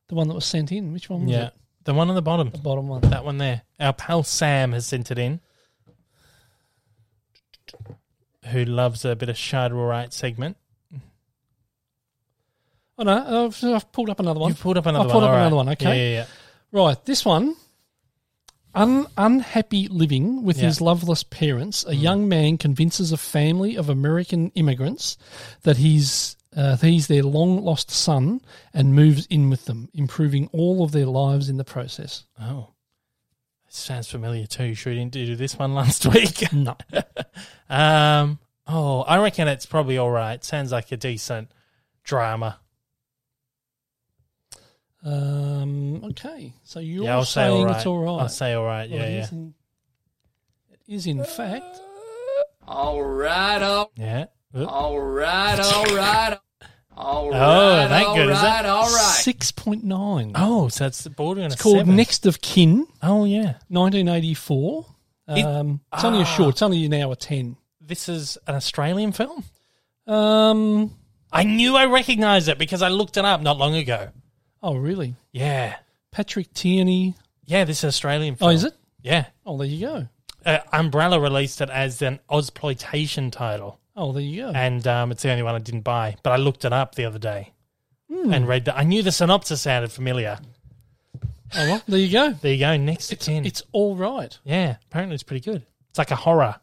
C: the one that was sent in. Which one was
B: yeah.
C: it?
B: The one on the bottom.
C: The bottom one.
B: That one there. Our pal Sam has sent it in. Who loves a bit of Shard All Right segment.
C: Oh no, I've, I've pulled up another one.
B: You've pulled up another
C: I pulled
B: one.
C: up
B: all right.
C: another one, okay.
B: Yeah, yeah, yeah.
C: Right, this one. un, unhappy living with
B: Yeah. Mm.
C: his loveless parents, a young man convinces a family of American immigrants that he's uh, that he's their long lost son and moves in with them, improving all of their lives in the process.
B: Oh. Sounds familiar too. Sure, you didn't do this one last week.
C: No,
B: Um. Oh, I reckon it's probably all right. Sounds like a decent drama.
C: um, okay. So you're
B: yeah, I'll say
C: saying
B: all right.
C: it's all right.
B: I'll say all right.
C: Well,
B: Yeah,
C: it
B: yeah,
C: is in- it is in fact.
D: All right, all,
B: yeah. Oop.
D: all right, all right. All
B: Oh,
D: right,
B: that
D: all
B: good, is it?
D: right, all right.
C: Six point nine.
B: Oh, so it's bordering
C: it's
B: a
C: called
B: seven.
C: Next of Kin,
B: Oh, yeah.
C: nineteen eighty four. Um, it's only
B: Ah.
C: a short. It's only an hour ten.
B: This is an Australian film.
C: Um.
B: I knew I recognised it because I looked it up not long ago.
C: Oh, really?
B: Yeah.
C: Patrick Tierney.
B: Yeah, this is an Australian
C: Oh,
B: film.
C: is it?
B: Yeah.
C: Oh, there you go.
B: Uh, Umbrella released it as an Ozploitation title.
C: Oh, there you go.
B: and um, it's the only one I didn't buy. But I looked it up the other day
C: Hmm.
B: and read that. I knew the synopsis sounded familiar.
C: Oh, well, there you go.
B: There you go. Next to
C: It's,
B: ten.
C: it's all right.
B: yeah, apparently it's pretty good. It's like a horror.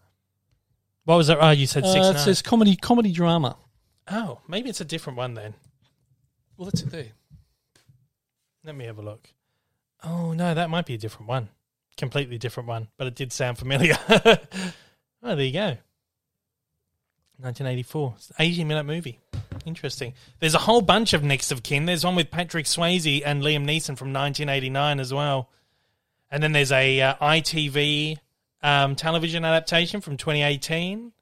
B: What was it? Oh, you said
C: Uh,
B: six.
C: it
B: no.
C: says comedy, comedy drama.
B: oh, maybe it's a different one then.
C: Well, that's it there.
B: Let me have a look. Oh no, that might be a different one. Completely different one, but it did sound familiar. oh, there you go. 1984, It's an 80 minute movie. Interesting. There's a whole bunch of next of kin. There's one with Patrick Swayze and Liam Neeson from 1989 as well. And then there's a uh, ITV um, television adaptation from 2018.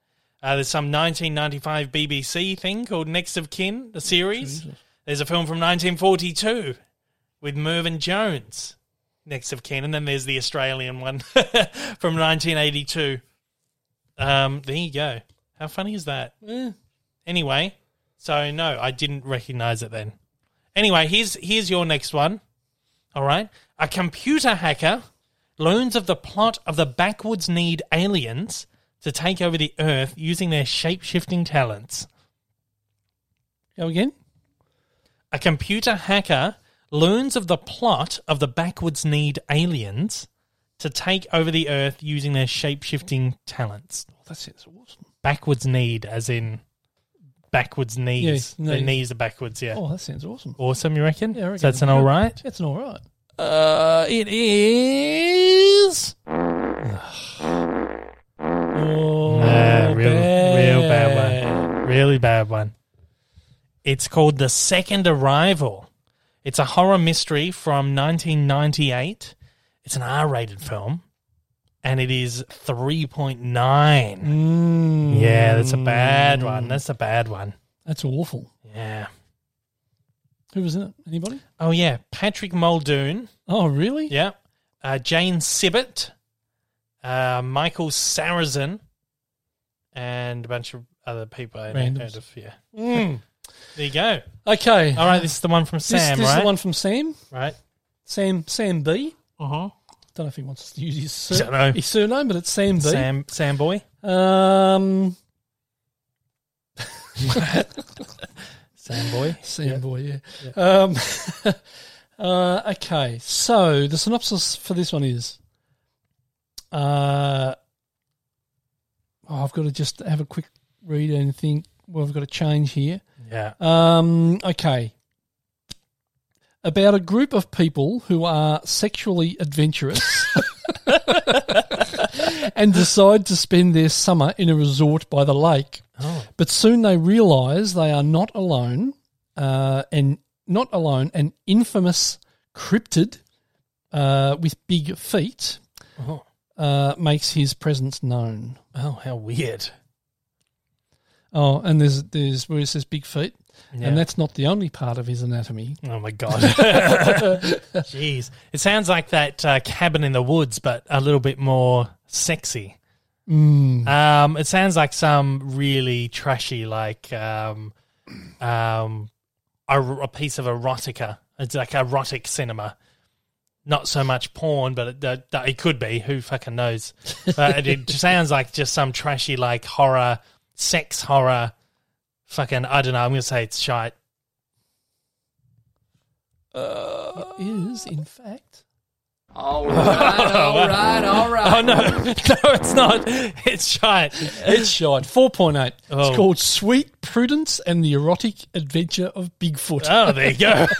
B: Uh, there's some 1995 BBC thing called Next of Kin, the series. There's a film from 1942 with Mervyn Jones, next of kin, and then there's the Australian one from 1982. Um, there you go. How funny is that? Eh. Anyway, so no, I didn't recognise it then. Anyway, here's here's your next one. All right, a computer hacker learns of the plot of the backwards need aliens to take over the Earth using their shape shifting talents.
C: Go again.
B: A computer hacker learns of the plot of the backwards need aliens to take over the Earth using their shape shifting talents.
C: Oh, that sounds awesome.
B: Backwards need, as in backwards knees.
C: Yeah,
B: Their
C: knees.
B: knees are backwards, yeah.
C: Oh, that sounds awesome.
B: Awesome, you reckon?
C: Yeah, I reckon
B: so that's an
C: it's
B: all
C: good.
B: right?
C: It's an all right.
B: Uh, it is.
C: Oh,
B: Nah, real, Uh, real bad
C: bad.
B: one. Really bad one. It's called The Second Arrival. It's a horror mystery from 1998. It's an R rated film and it is 3.9.
C: Mm,
B: Yeah, that's a bad one. That's a bad one.
C: That's awful.
B: Yeah.
C: Who was in it? Anybody?
B: Oh, yeah. Patrick Muldoon.
C: Oh, really?
B: Yeah. Uh, Jane Sibbett, uh, Michael Sarrazin, and a bunch of other people I haven't
C: Randoms.
B: heard of. Yeah. There you go.
C: Okay.
B: All right, this is the one from
C: This,
B: Sam,
C: this
B: right?
C: is the one from Sam.
B: Right.
C: Sam Sam B.
B: Uh huh.
C: Don't know if he wants us to use his, sur-
B: Don't know.
C: his surname, but it's Sam B.
B: Sam, Sam boy,
C: Um,
B: Sam boy.
C: Sam boy, yeah. Um, uh, okay, so the synopsis for this one is, uh, oh, I've got to just have a quick read and think. Well, I've got to change here.
B: Yeah.
C: Um, okay. About a group of people who are sexually adventurous and decide to spend their summer in a resort by the lake.
B: Oh.
C: But soon they realize they are not alone, uh, and not alone, an infamous cryptid uh, with big feet
B: Oh.
C: uh, makes his presence known.
B: Oh, how weird.
C: Oh, and there's there's where it says big feet,
B: Yeah.
C: and that's not the only part of his anatomy.
B: Oh my god. Jeez. It sounds like that uh, cabin in the woods, but a little bit more sexy. Um, it sounds like some really trashy, like um, um, a, a piece of erotica. It's like erotic cinema. Not so much porn, but it, that- that it could be. Who fucking knows? But it, it sounds like just some trashy, like horror, sex horror. Fucking, I don't know. I'm gonna say it's shite.
C: It is, in fact,
D: All right, all right, all right.
B: Oh no, no, it's not. It's shite.
C: It's shot. 4.8.
B: Oh.
C: It's called Sweet Prudence and the Erotic Adventure of Bigfoot.
B: Oh, there you go.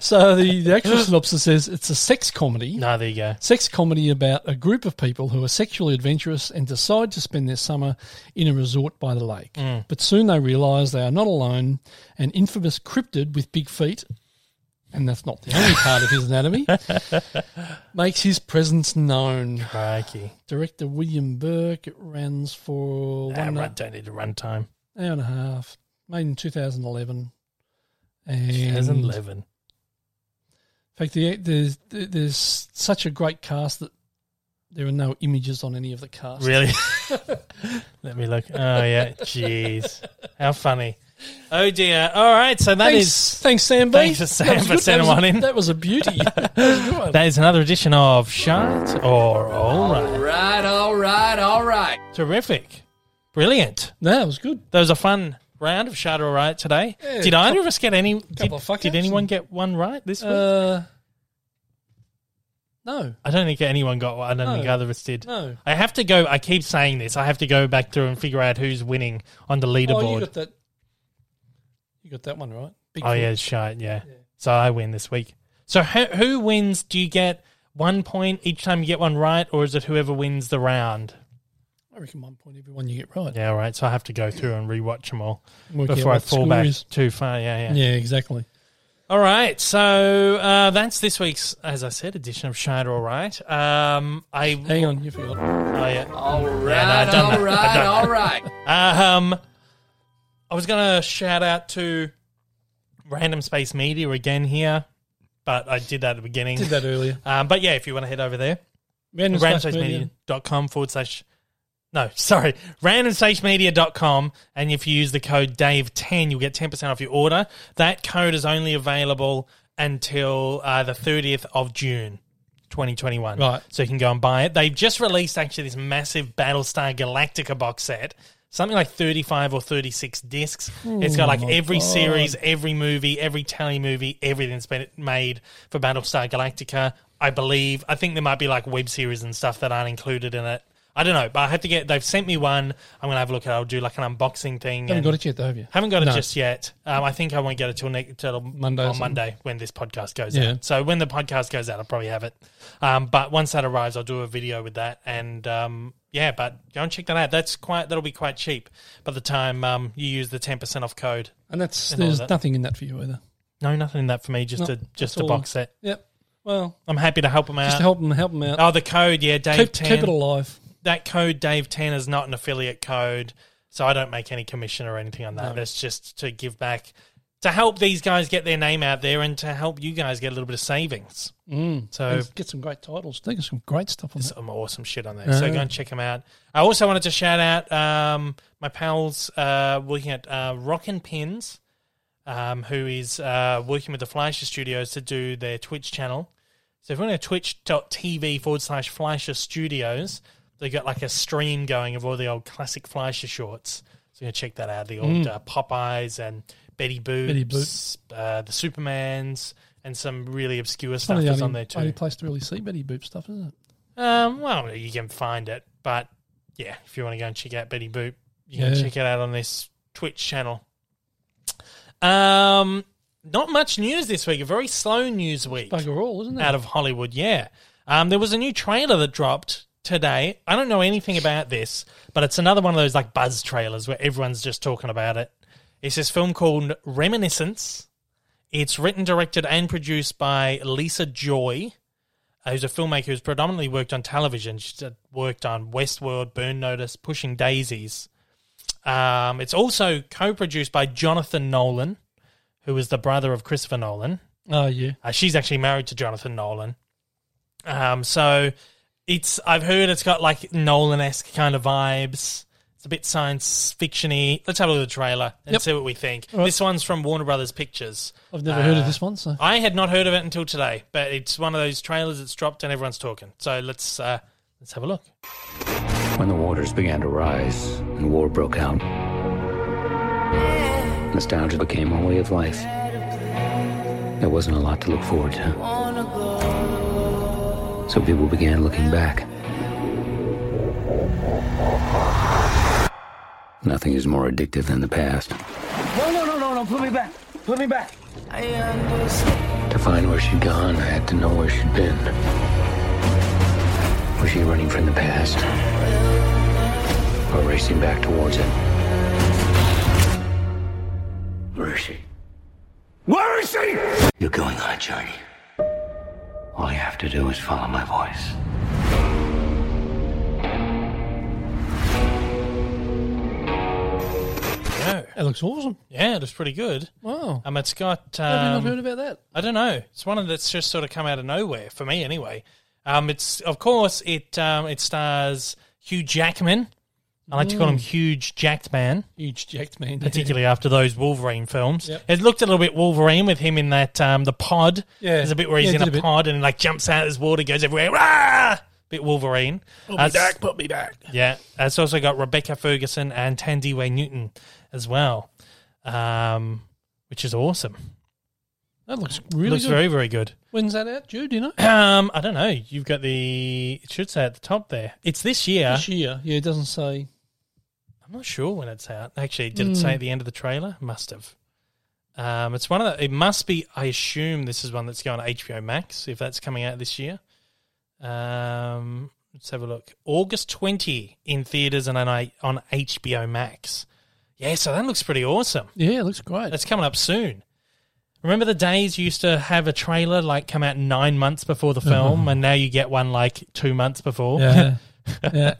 C: So the, the actual synopsis says it's a sex comedy.
B: no, there you go.
C: Sex comedy about a group of people who are sexually adventurous and decide to spend their summer in a resort by the lake.
B: Hmm.
C: But soon they realize they are not alone. An infamous cryptid with big feet, and that's not the only part of his anatomy, makes his presence known.
B: Crikey.
C: Director William Burke, it runs for
B: Ah,
C: one
B: right, don't need to run time.
C: hour and a half, made in 2011. And
B: There's 11.
C: In fact, the, there's, there's such a great cast that there are no images on any of the cast.
B: Really? Let me look. Oh, yeah. Jeez. How funny. Oh, dear. All right. So that
C: Thanks,
B: is
C: thanks, Sam B.
B: Thanks to Sam
C: That was
B: for
C: good.
B: sending
C: That was-
B: one in.
C: That was a beauty. That was good.
B: that is another edition of Shite or All
D: All
B: Right.
D: right, all right, all right.
B: Terrific. Brilliant.
C: No, it was good.
B: That was a fun round of Shite or Right today.
C: Yeah,
B: did either of us get any? Did,
C: couple of fuck-ups
B: did anyone
C: and-
B: get one right this week?
C: Uh, no,
B: I don't think anyone got one. I don't
C: No.
B: think either of us did.
C: no.
B: I have to go. I keep saying this. I have to go back through and figure out who's winning on the
C: Oh, you
B: leaderboard.
C: got that. You got that one right. Big
B: Oh, yeah, it's shite. Yeah. So I win this week. So who, who wins? Do you get one point each time you get one right, or is it whoever wins the round?
C: I reckon one point every one you get right.
B: Yeah, all right. So I have to go through and rewatch them all
C: Work out
B: before I
C: what the
B: fall
C: score
B: back
C: is.
B: too far. Yeah, yeah.
C: Yeah, exactly.
B: All right, so uh, that's this week's, as I said, edition of Shite All Right. Um, I,
C: Hang on, you forgot.
B: oh, yeah.
D: All
B: I've
D: right,
B: done that.
D: all
B: I've
D: right,
B: done
D: all right.
B: Um, I was going to shout out to Random Space Media again here, but I did that at the beginning.
C: Did that earlier.
B: Um, but yeah, if you want to head over there,
C: Random Space Media.
B: randomspacemedia.com forward slash no, sorry, randomspacemedia.com. And if you use the code DAVE10, you'll get 10% off your order. That code is only available until uh, the 30th of June. 2021.
C: Right.
B: So you can go and buy it. They've just released actually this massive Battlestar Galactica box set, something like 35 or 36 discs. it's
C: Oh
B: got like every series, every movie, every telly movie, everything that's been made for Battlestar Galactica, I believe. I think there might be like web series and stuff that aren't included in it. I don't know, but I have to get. They've sent me one. I'm gonna have a look at. it. I'll do like an unboxing thing.
C: Haven't
B: and-
C: got it yet, though, have you?
B: haven't got it
C: No.
B: just yet. Um, I think I won't get it till, ne- till Monday
C: Monday or
B: on
C: something.
B: Monday when this podcast goes
C: Yeah.
B: out. So when the podcast goes out, I'll probably have it. Um, but once that arrives, I'll do a video with that. And um, yeah, but go and check that out. That's quite that'll be quite cheap by the time um, you use the ten percent off code.
C: And that's
B: And all
C: there's
B: that.
C: nothing in that for you either.
B: No, nothing in that for me. Just
C: No,
B: a just
C: that's
B: a
C: all.
B: box set.
C: Yep. Well,
B: I'm happy to help them out.
C: just to help them help them out.
B: oh, the code, yeah, Dave
C: keep,
B: Uh, ten.
C: keep it alive.
B: that code Dave Ten is not an affiliate code, so I don't make any commission or anything on that. That's just to give back to help these guys get their name out there and to help you guys get a little bit of savings. Mm. So
C: And get some great titles. They got some great stuff on that.
B: some awesome shit on there. So go and check them out. I also wanted to shout out um, my pals uh, working at uh, Rockin' Pins, um, who is uh, working with the Fleischer Studios to do their Twitch channel. So if you want to twitch.tv forward slash Fleischer Studios, they got like a stream going of all the old classic Fleischer shorts. So you can check that out. The old uh, Popeyes and Betty Boots,
C: Betty
B: Uh, the Supermans, and some really obscure
C: One
B: stuff
C: of the
B: is
C: only,
B: on there too.
C: only place to really see Betty Boop stuff, isn't it?
B: Um, well, you can find it, but yeah, if you want to go and check out Betty Boop, you can
C: Yeah.
B: check it out on this Twitch channel. Um, not much news this week. A very slow news week
C: Bugger all, isn't it?
B: out of Hollywood. Yeah, um, there was a new trailer that dropped today. I don't know anything about this, but it's another one of those like buzz trailers where everyone's just talking about it. It's this film called Reminiscence. It's written, directed, and produced by Lisa Joy, who's a filmmaker who's predominantly worked on television. She's uh, worked on Westworld, Burn Notice, Pushing Daisies. Um, it's also co-produced by Jonathan Nolan, who is the brother of Christopher Nolan.
C: Oh yeah.
B: Uh, she's actually married to Jonathan Nolan. Um, so it's I've heard it's got like Nolan esque kind of vibes. It's a bit science fictiony. Let's have a look at the trailer and
C: Yep.
B: see what we think. This one's from Warner Brothers Pictures.
C: I've never heard of this one, so
B: I had not heard of it until today, but it's one of those trailers that's dropped and everyone's talking. So let's uh, let's have a look.
E: When the waters began to rise and war broke out, nostalgia became our way of life. There wasn't a lot to look forward to. so people began looking back. Nothing is more addictive than the past.
F: No, no, no, no, no. Put me back. Put me back.
E: To find where she'd gone, I had to know where she'd been. Was she running from the past? Or racing back towards it? Where is she? Where is she? You're going on a journey. All you have to do is follow my voice.
B: Yeah,
C: That looks awesome.
B: yeah, it was pretty good.
C: Wow.
B: Um, it's got.
C: Have
B: Um,
C: you not heard about that?
B: I don't know. It's one that's just sort of come out of nowhere for me, anyway. Um, it's of course it um, it stars Hugh Jackman. I like to
C: Mm.
B: call him Huge Jacked Man,
C: Huge jacked man.
B: particularly after those Wolverine films.
C: Yep.
B: It looked a little bit Wolverine with him in that um, the pod.
C: Yeah.
B: there's a bit where he's
C: Yeah, it
B: in
C: did
B: a,
C: a bit.
B: pod and like jumps out of his water, goes everywhere. Rah! Bit Wolverine. Uh,
C: put me back.
B: yeah, it's also got Rebecca Ferguson and Tandiwe Newton as well, um, which is awesome.
C: That looks really
B: looks
C: good.
B: very very good.
C: When's that out, Jude? Do you know?
B: Um, I don't know. You've got the. It should say at the top there. It's this year.
C: This year. Yeah, it doesn't say.
B: I'm not sure when it's out. Actually, did it say at the end of the trailer? Must have. Um, it's one of the. It must be. I assume this is one that's going to HBO Max if that's coming out this year. Um, let's have a look. August 20 in theaters and on I- on HBO Max. Yeah, so that looks pretty awesome.
C: Yeah, it looks great.
B: That's coming up soon. Remember the days you used to have a trailer like come out nine months before the film, and now you get one like two months before,
C: yeah. yeah.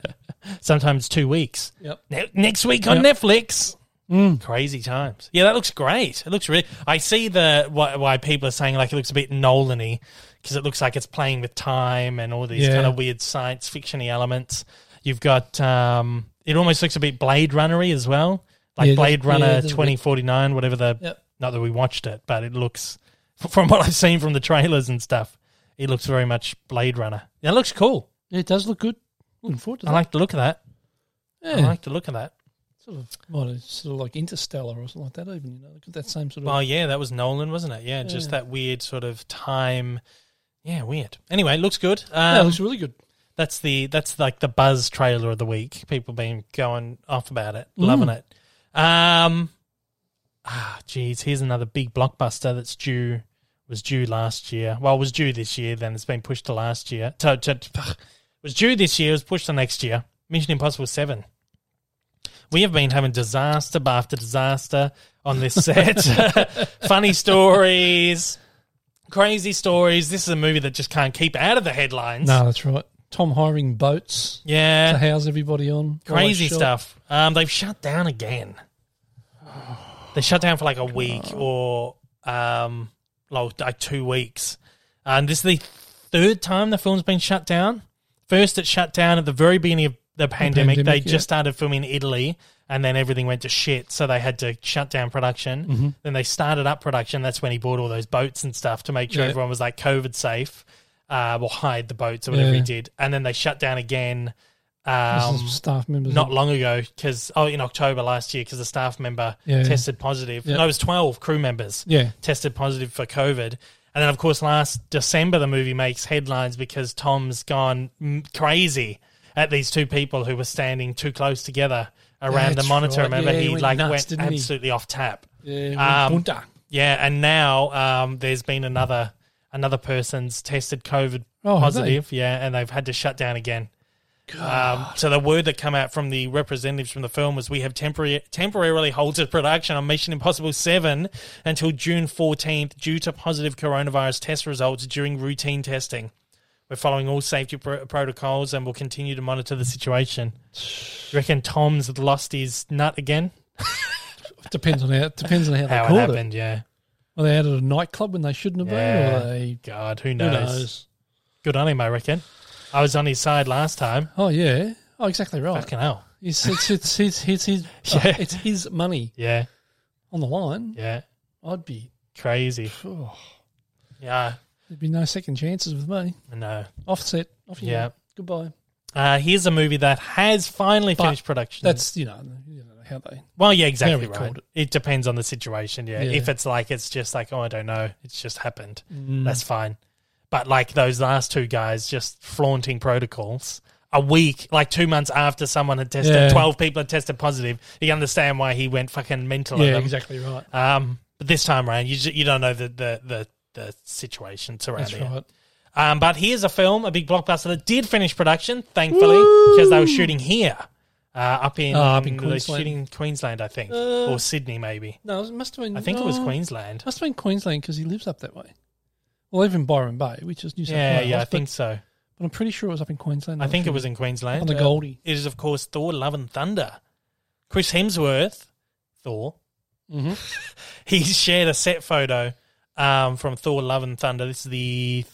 B: sometimes two weeks.
C: Yep.
B: Ne- next week on
C: Yep. Mm.
B: Netflix. Crazy times. Yeah, that looks great. It looks really. I see the why, why people are saying like it looks a bit Nolan-y because it looks like it's playing with time and all these
C: Yeah.
B: kind of weird science fiction-y elements. You've got um, it almost looks a bit Blade Runner-y as well, like
C: Yeah, it does-
B: Blade
C: yeah, it
B: Runner
C: does a bit.
B: twenty forty nine, whatever the.
C: Yep.
B: Not that we watched it, but it looks f- from what I've seen from the trailers and stuff, it looks very much Blade Runner. That looks cool.
C: It does look good. Looking forward to
B: I
C: that.
B: like the look of that.
C: yeah.
B: I like the look of that.
C: sort of, well, it's sort of like Interstellar or something like that. Even you know, look at that same sort of.
B: Well, yeah, that was Nolan, wasn't it? Yeah, just that weird sort of time. Yeah, weird. Anyway, looks good.
C: yeah, it
B: Um,
C: looks really good.
B: that's the that's like the buzz trailer of the week. People been going off about it, loving it. Um, ah, geez, here's another big blockbuster that's due was due last year. Well, was due this year. Then it's been pushed to last year. To, to, was due this year. Was pushed to next year. Mission Impossible Seven. We have been having disaster after disaster on this set. Funny stories, crazy stories. This is a movie that just can't keep out of the headlines.
C: No, that's right. Tom hiring boats to
B: Yeah,
C: house everybody on.
B: crazy
C: Always shot.
B: stuff. Um, they've shut down again. They shut down for like a week or um, well, like two weeks. And this is the third time the film's been shut down. First, it shut down at the very beginning of the pandemic.
C: pandemic,
B: they
C: yeah.
B: just started filming in Italy, and then everything went to shit. So they had to shut down production.
C: Mm-hmm.
B: Then they started up production. That's when he bought all those boats and stuff to make sure
C: Yeah.
B: everyone was like COVID safe. Uh, well, hide the boats or whatever he
C: Yeah.
B: did, and then they shut down again.
C: This
B: Um,
C: is staff members.
B: not long ago because oh in October last year because a staff member
C: Yeah.
B: tested positive.
C: Yeah.
B: No, it was twelve crew members.
C: Yeah.
B: tested positive for COVID. And then, of course, last December, the movie makes headlines because Tom's gone mm, crazy at these two people who were standing too close together around
C: That's
B: the monitor.
C: right.
B: Remember,
C: Yeah,
B: he,
C: he went
B: like
C: nuts,
B: went
C: didn't he?
B: absolutely off tap.
C: Yeah,
B: Um,
C: Bunta.
B: Yeah, and now um, there's been another another person's tested COVID
C: Oh, have they?
B: positive. Yeah, and they've had to shut down again. Um, so the word that come out from the representatives from the film was we have temporary, temporarily halted production on Mission Impossible 7 until June 14th due to positive coronavirus test results during routine testing. We're following all safety pro- protocols and will continue to monitor the situation. You reckon Tom's lost his nut again?
C: depends on how depends on how they
B: How it
C: caught it.
B: happened, yeah.
C: Were they out at a nightclub when they shouldn't have
B: Yeah.
C: been? Or they,
B: God, who
C: who
B: knows?
C: knows?
B: Good on him, I reckon. I was on his side last time.
C: Oh yeah. Oh, exactly right.
B: Fucking hell.
C: It's it's it's it's his, his
B: Yeah.
C: it's his money
B: Yeah,
C: on the line.
B: yeah.
C: I'd be
B: Crazy.
C: oh,
B: Yeah,
C: there'd be no second chances with me.
B: I know.
C: Offset. Off you
B: Yeah.
C: go. Goodbye.
B: Uh, here's a movie that has finally
C: But
B: finished production.
C: That's you know, you know how they
B: well, yeah, exactly
C: we
B: right.
C: called
B: It. depends on the situation. Yeah.
C: Yeah. Mm.
B: if it's like it's just like oh, I don't know, it's just happened. That's fine. But like those last two guys just flaunting protocols. A week, like two months after someone had tested,
C: Yeah.
B: 12 people had tested positive, you can understand why he went fucking mental at
C: Yeah,
B: them.
C: exactly right.
B: Um, but this time around, you, ju- you don't know the, the, the, the situation surrounding
C: That's
B: it.
C: right.
B: Um, but here's a film, a big blockbuster that did finish production, thankfully, because they were shooting here, uh, up in,
C: Oh, up in
B: they were
C: Queensland.
B: shooting in Queensland, I think,
C: Uh,
B: or Sydney maybe.
C: No, it must have been.
B: I think it was
C: no,
B: Queensland.
C: Must have been Queensland because he lives up that way. Well, even Byron Bay, which is New South
B: Yeah,
C: Wales.
B: yeah, I
C: but-
B: think so.
C: But I'm pretty sure it was up in Queensland.
B: I think it was
C: in.
B: in Queensland.
C: On the
B: Uh,
C: Goldie.
B: it is of course Thor: Love and Thunder. Chris Hemsworth, Thor. Mm-hmm. he shared a set photo um, from Thor: Love and Thunder. This is the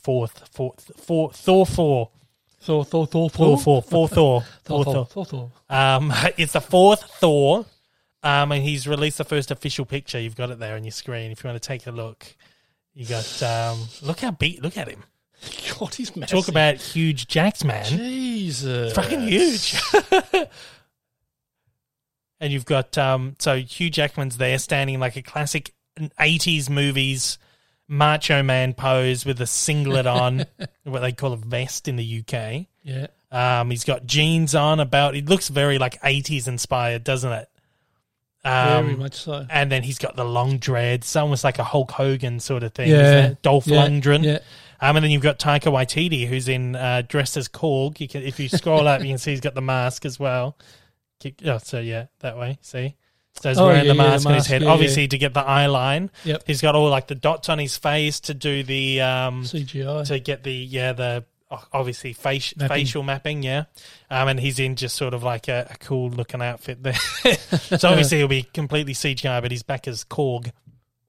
B: fourth, fourth, fourth Thor four,
C: Thor, Thor, Thor,
B: Thor
C: Thor,
B: four, four Thor, Thor,
C: Thor, Thor,
B: Thor.
C: Thor, Thor.
B: Um, it's the fourth Thor, um, and he's released the first official picture. You've got it there on your screen. If you want to take a look, you got um, look how beat. Look at him.
C: God, he's massive.
B: Talk about huge jacks, man.
C: Jesus.
B: fucking huge. and you've got um, so Hugh Jackman's there, standing like a classic '80s movies macho man pose with a singlet on, what they call a vest in the UK.
C: Yeah.
B: Um, he's got jeans on. About it looks very like '80s inspired, doesn't it? Um,
C: Very much so.
B: And then he's got the long dreads, almost like a Hulk Hogan sort of thing.
C: Yeah.
B: isn't it? Dolph
C: Yeah.
B: Lundgren.
C: Yeah.
B: Um, and then you've got Taika Waititi, who's in uh, dressed as Korg. You can, if you scroll up, you can see he's got the mask as well. Keep, oh, so yeah, that way. See, so he's
C: Oh,
B: wearing
C: yeah,
B: the,
C: yeah, the
B: mask on his
C: mask,
B: head,
C: yeah,
B: obviously
C: yeah.
B: to get the eye line.
C: Yep.
B: He's got all like the dots on his face to do the um,
C: CGI.
B: to get the yeah the o- obviously face,
C: Mapping.
B: facial mapping yeah um, and he's in just sort of like a, a cool looking outfit there so obviously he'll be completely cgi but his back is korg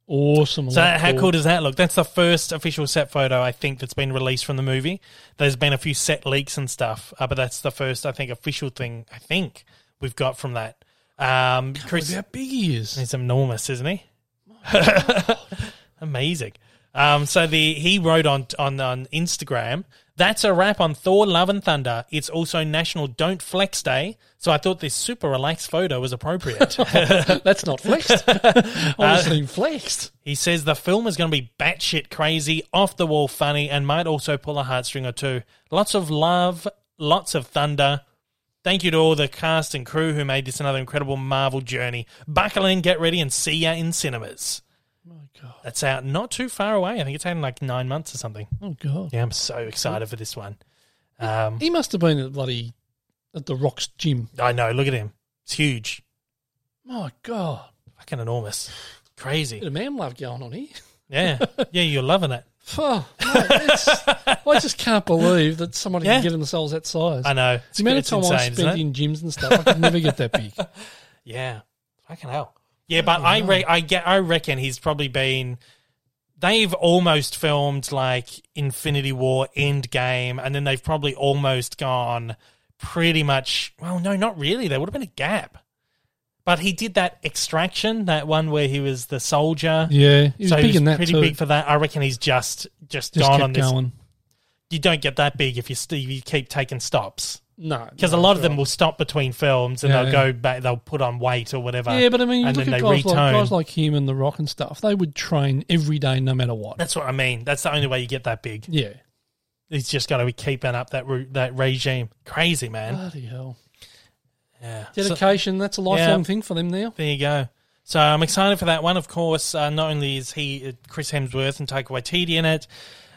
C: awesome.
B: so
C: look,
B: how
C: Thor.
B: cool does that look that's the first official set photo i think that's been released from the movie there's been a few set leaks and stuff uh, but that's the first i think official thing i think we've got from that um,
C: Look
B: chris
C: how big he is.
B: He's enormous, isn't he? Amazing. Um, so the he wrote on on on Instagram. That's a wrap on Thor: Love and Thunder. It's also National Don't Flex Day, so I thought this super relaxed photo was appropriate.
C: That's not flexed. Honestly, flexed.
B: he says the film is going to be batshit crazy, off the wall funny, and might also pull a heartstring or two. Lots of love, lots of thunder. Thank you to all the cast and crew who made this another incredible Marvel journey. Buckle in, get ready, and see ya in cinemas.
C: Oh, God.
B: That's out not too far away. I think it's out in like nine months or something.
C: Oh, God.
B: Yeah, I'm so excited for this one. Um,
C: He must have been at bloody at the Rock's gym.
B: I know. Look at him. It's huge.
C: My God.
B: Fucking enormous.
C: Bit
B: Crazy.
C: of man love going on here.
B: Yeah. Yeah, you're loving it.
C: Oh, mate, it's- I just can't believe that somebody
B: Yeah.
C: can get themselves that size.
B: I know. It's,
C: The amount of
B: it's
C: time I
B: insane, isn't
C: spend
B: it?
C: in gyms and stuff, I could never get that big.
B: Yeah. Fucking hell. Yeah, but I re- I get I reckon he's probably been they've almost filmed like Infinity War Endgame and then they've probably almost gone pretty much well, no, not really. There would have been a gap. But he did that extraction, that one where he was the soldier.
C: Yeah, he was
B: so
C: big
B: he was
C: in that
B: pretty
C: too.
B: big for that. I reckon he's just just,
C: just
B: gone
C: kept
B: on this.
C: going.
B: You don't get that big if you st- if you keep taking stops
C: No,
B: because a lot of them will stop between films and
C: Yeah,
B: they'll
C: yeah.
B: go back. They'll put on weight or whatever.
C: Yeah, but I mean, you
B: and
C: look
B: then
C: at
B: they
C: guys like,
B: retone.
C: guys like him and The Rock and stuff. They would train every day, no matter what.
B: That's what I mean. That's the only way you get that big.
C: Yeah,
B: He's just got to be keeping up that route, that regime. Crazy man.
C: bloody hell,
B: Yeah. So-
C: dedication. that's a lifelong
B: Yeah.
C: thing for them now.
B: There you go. So I'm excited for that one. Of course, uh, not only is he uh, Chris Hemsworth and Taika Waititi in it,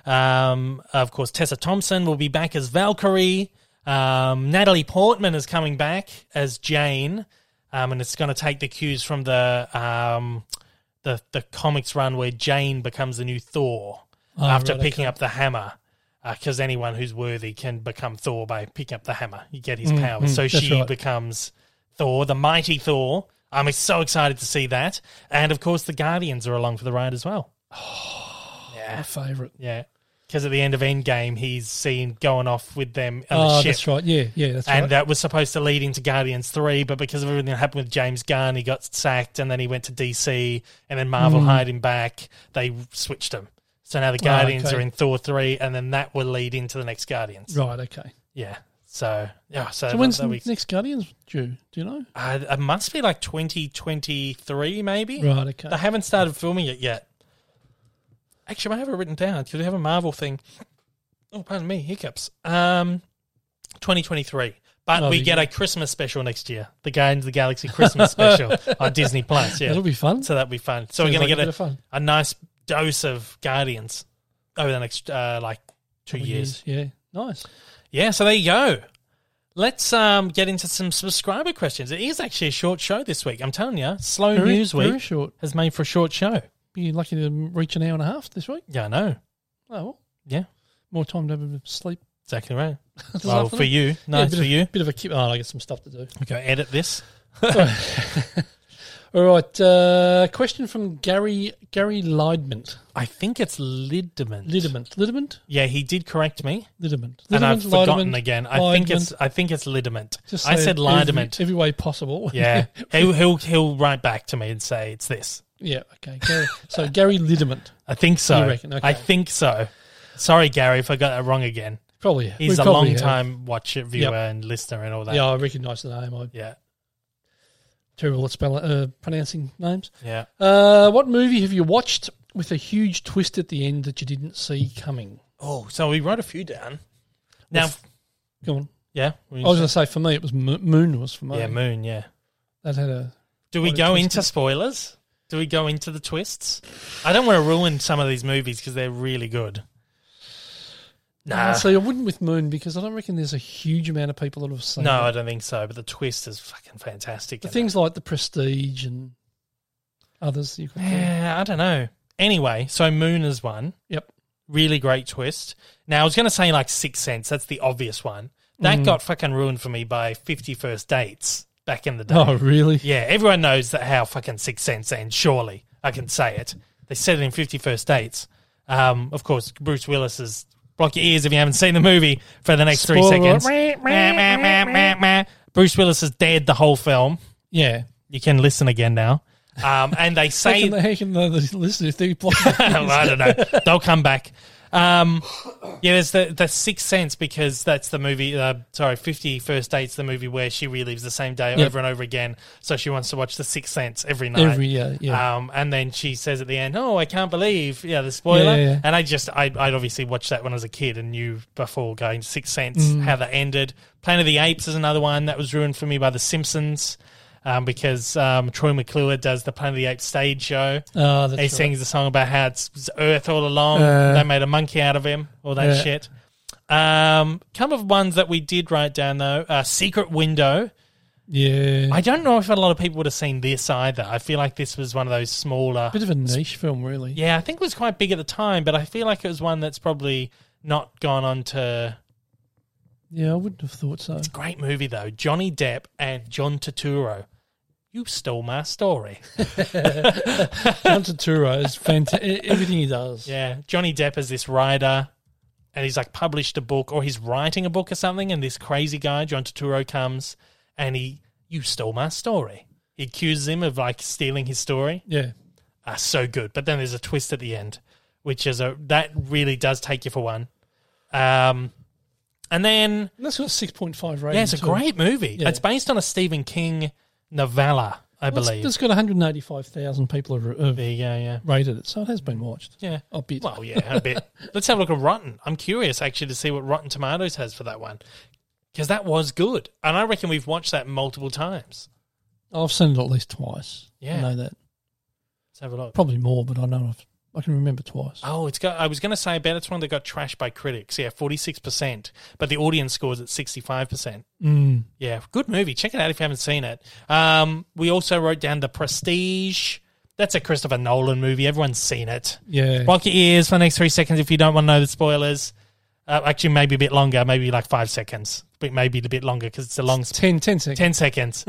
B: um, of course Tessa Thompson will be back as Valkyrie. Um, Natalie Portman is coming back as Jane, um, and it's going to take the cues from the um, the the comics run where Jane becomes the new Thor after
C: Oh, right,
B: picking up the hammer. Because anyone who's worthy can become Thor by picking up the hammer. You get his powers. so
C: Mm, that's
B: she
C: right.
B: becomes Thor, the mighty Thor. I'm so excited to see that. And of course, the Guardians are along for the ride as well.
C: My favourite.
B: Yeah. Because at the end of Endgame, he's seen going off with them on the
C: Oh,
B: ship.
C: that's right. Yeah, yeah, that's
B: And
C: right.
B: that was supposed to lead into Guardians 3, but because of everything that happened with James Gunn, he got sacked and then he went to DC and then Marvel
C: Hmm.
B: hired him back. They switched him. So now the Guardians
C: okay.
B: are in Thor 3, and then that will lead into the next Guardians.
C: right. Okay.
B: Yeah. So, yeah. So,
C: So
B: that-
C: when's
B: that
C: the
B: week's-
C: next Guardians due? Do you know?
B: Uh, it must be like 2023, maybe.
C: Right. Okay.
B: They haven't started filming it yet. Actually, I have it written down because we have a Marvel thing. Oh, pardon me, hiccups. Um, 2023. But
C: Oh,
B: we
C: the-
B: get a Christmas special next year, the Guardians of the Galaxy Christmas special on Disney Plus. Yeah,
C: That'll be fun.
B: So that'll be fun. So
C: Sounds
B: we're gonna
C: like a
B: get
C: bit
B: a,
C: of fun.
B: a nice dose of Guardians over the next uh, like two years.
C: Yeah. Nice.
B: Yeah, so there you go. Let's um, get into some subscriber questions. It is actually a short show this week. I'm telling you, slow
C: Very-
B: news
C: very
B: week
C: short.
B: has made for a short show.
C: Be lucky to reach an hour and a half this week.
B: Yeah, I know.
C: Oh, well,
B: Yeah,
C: more time to have a sleep.
B: exactly right.
C: this
B: well,
C: afternoon.
B: for you,
C: Yeah, a
B: nice
C: bit
B: for
C: of,
B: you.
C: Bit of a keep. Oh, I got some stuff to do.
B: Okay, edit this.
C: All right. Uh, question from Gary Gary Lidement.
B: I think it's Lidman.
C: Lidiment. Lidiment.
B: Yeah, he did correct me,
C: Lidiment.
B: and I've
C: Lidiment,
B: forgotten
C: Lidiment,
B: again. I think it's I think it's Lidament.
C: Just
B: I
C: say
B: said
C: it
B: Lidament.
C: every, every way possible.
B: yeah, he'll, he'll he'll write back to me and say it's this.
C: yeah. Okay. Gary, so Gary Lidiment.
B: I think so.
C: You reckon, okay.
B: I think so. Sorry, Gary, if I got that wrong again.
C: Probably.
B: He's
C: we
B: a
C: probably
B: long
C: have.
B: time watcher, viewer,
C: Yep.
B: and listener, and all that.
C: Yeah, I recognise the name. I'm
B: yeah,
C: terrible at spelling, uh, pronouncing names.
B: yeah.
C: Uh, what movie have you watched with a huge twist at the end that you didn't see coming?
B: Oh, so we wrote a few down. Now,
C: Go on.
B: yeah,
C: I was going to say for me it was Mo- Moon was for me.
B: yeah, Moon, yeah.
C: That had a
B: Do we
C: What a
B: go
C: twist
B: into
C: it-
B: spoilers? Do we go into the twists? I don't want to ruin some of these movies because they're really good. Nah,
C: Honestly, I wouldn't with Moon because I don't reckon there's a huge amount of people that have seen.
B: no,
C: it.
B: I don't think so. But the twist is fucking fantastic.
C: the
B: in
C: things like the Prestige and others. You could
B: that.
C: do.
B: yeah, I don't know. Anyway, so Moon is one.
C: Yep.
B: really great twist. Now I was going to say like Sixth Sense. That's the obvious one. That got fucking ruined for me by Fifty First Dates back in the day.
C: Oh, really?
B: Yeah, everyone knows that how fucking Sixth Sense ends. Surely I can say it. They said it in Fifty First Dates. Um, of course, Bruce Willis is block your ears if you haven't seen the movie for the next three
C: Spoiler.
B: seconds. Meh, meh, meh, meh, meh. Bruce Willis is dead the whole film.
C: Yeah.
B: You can listen again now. Um, and they
C: How
B: say
C: can, they, how can they listen if they block?
B: Well, I don't know. They'll come back. Um, yeah, there's the the Sixth Sense because that's the movie. Uh, sorry, Fifty First Dates, the movie where she relives the same day
C: Yeah.
B: over and over again. So she wants to watch the Sixth Sense every night.
C: Every year, yeah.
B: Um, and then she says at the end, "Oh, I can't believe, yeah, the spoiler."
C: Yeah, yeah, yeah.
B: And I just, I, I'd obviously watched that when I was a kid and knew before going to Sixth Sense
C: Mm.
B: how that ended. Planet of the Apes is another one that was ruined for me by The Simpsons. Um, because um, Troy McClure does the Planet of the Apes stage show,
C: Ah, that's
B: he
C: right.
B: sings a song about how it's it's Earth all along.
C: Uh,
B: they made a monkey out of him, all that
C: Yeah.
B: shit. Um, couple of ones that we did write down though. Uh, Secret Window.
C: yeah.
B: I don't know if a lot of people would have seen this either. I feel like this was one of those smaller.
C: Bit of a niche film, really.
B: Yeah, I think it was quite big at the time, but I feel like it was one that's probably not gone on to.
C: Yeah, I wouldn't have thought so.
B: Great movie though. Johnny Depp and John Turturro. You stole my story.
C: John Turturro is fantastic. Everything he does.
B: Yeah, Johnny Depp is this writer, and he's like published a book or he's writing a book or something, and this crazy guy John Turturro comes and he, you stole my story. He accuses him of like stealing his story.
C: Yeah.
B: Ah, so good. But then there's a twist at the end, which is a that really does take you for one. Um, and then
C: And that's got a 6.5 rating.
B: yeah, it's a
C: too.
B: great movie.
C: Yeah.
B: It's based on a Stephen King novella, I
C: That's-
B: believe.
C: That's got 185,000 people have, have
B: there you go. Yeah.
C: rated it, so it has been watched.
B: Yeah.
C: A bit.
B: Well, yeah, a bit. Let's have a look at Rotten. I'm curious actually to see what Rotten Tomatoes has for that one because that was good, and I reckon we've watched that multiple times.
C: I've seen it at least twice.
B: Yeah.
C: I know that.
B: Let's have a look.
C: Probably more, but I know I've, I can remember twice.
B: Oh, it's got. I was going to say, I bet it's one that got trashed by critics. Yeah, forty six percent, but the audience scores at sixty five percent.
C: Mm.
B: Yeah, good movie. Check it out if you haven't seen it. Um, we also wrote down the Prestige. That's a Christopher Nolan movie. Everyone's seen it.
C: Yeah.
B: Block your ears for the next three seconds if you don't want to know the spoilers. Uh, actually, maybe a bit longer, maybe like five seconds, but maybe a bit longer because it's a long. Sp-
C: 10, 10 seconds.
B: 10 seconds.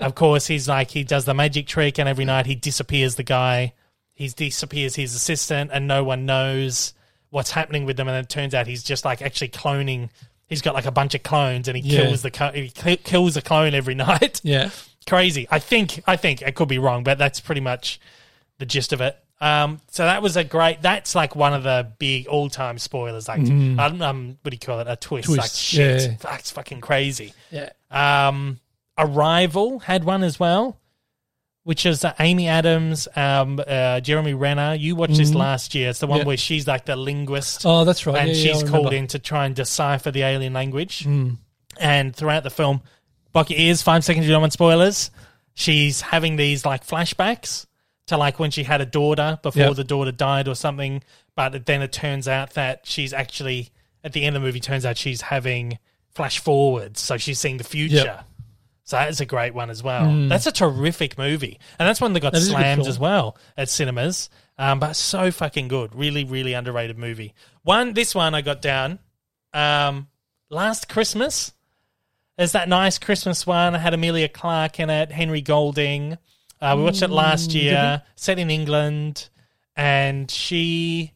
B: of course, he's like, he does the magic trick, and every night he disappears the guy. He disappears his assistant, and no one knows what's happening with them. And it turns out he's just like actually cloning. He's got like a bunch of clones, and he
C: Yeah.
B: kills the co- he ki- kills a clone every night.
C: Yeah.
B: Crazy. I think I think I could be wrong, but that's pretty much the gist of it. Um, so that was a great. That's like one of the big all-time spoilers. Like, I don't um, what do you call it? A twist.
C: Mm. Twist,
B: Like, shit,
C: yeah.
B: that's fucking crazy.
C: Yeah.
B: Um, Arrival had one as well, which is uh, Amy Adams, um, uh, Jeremy Renner. You watched this last year. It's the one
C: Mm. Yeah.
B: where she's like the linguist
C: Oh, that's right.
B: and
C: Yeah, yeah, I
B: she's
C: remember. Hmm.
B: called in to try and decipher the alien language. And throughout the film, Bucket is five seconds. You don't want spoilers. She's having these like flashbacks to like when she had a daughter before
C: Yep.
B: the daughter died or something. But then it turns out that she's actually at the end of the movie. Turns out she's having flash forwards, so she's seeing the future. So that is a great one as well. That's a terrific movie, and that's one that got
C: Hmm. That is a good
B: slammed
C: film.
B: as well at cinemas. Um, but so fucking good, really, really underrated movie. One, this one I got down. Um, last Christmas, there's that nice Christmas one. I had Amelia Clark in it, Henry Golding. Uh, we watched it
C: Hmm,
B: last year, set in England, and she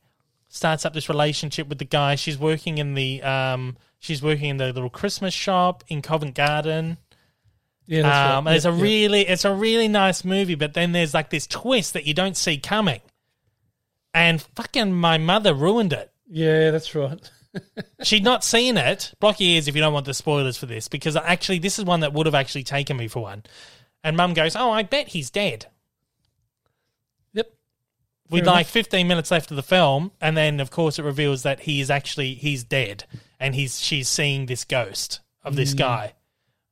B: starts up this relationship with the guy. She's working in the um, she's working in the little Christmas shop in Covent Garden.
C: Yeah, that's right.
B: Um,
C: Yeah,
B: It's a
C: yeah.
B: really, it's a really nice movie, but then there's like this twist that you don't see coming, and fucking my mother ruined it.
C: Yeah, that's right.
B: She'd not seen it. Block your ears if you don't want the spoilers for this, because actually, this is one that would have actually taken me for one. And Mum goes, "Oh, I bet he's dead."
C: Yep.
B: With
C: Fair
B: like
C: enough.
B: 15 minutes left of the film, and then of course it reveals that he is actually he's dead, and he's she's seeing this ghost of
C: Mm.
B: this guy.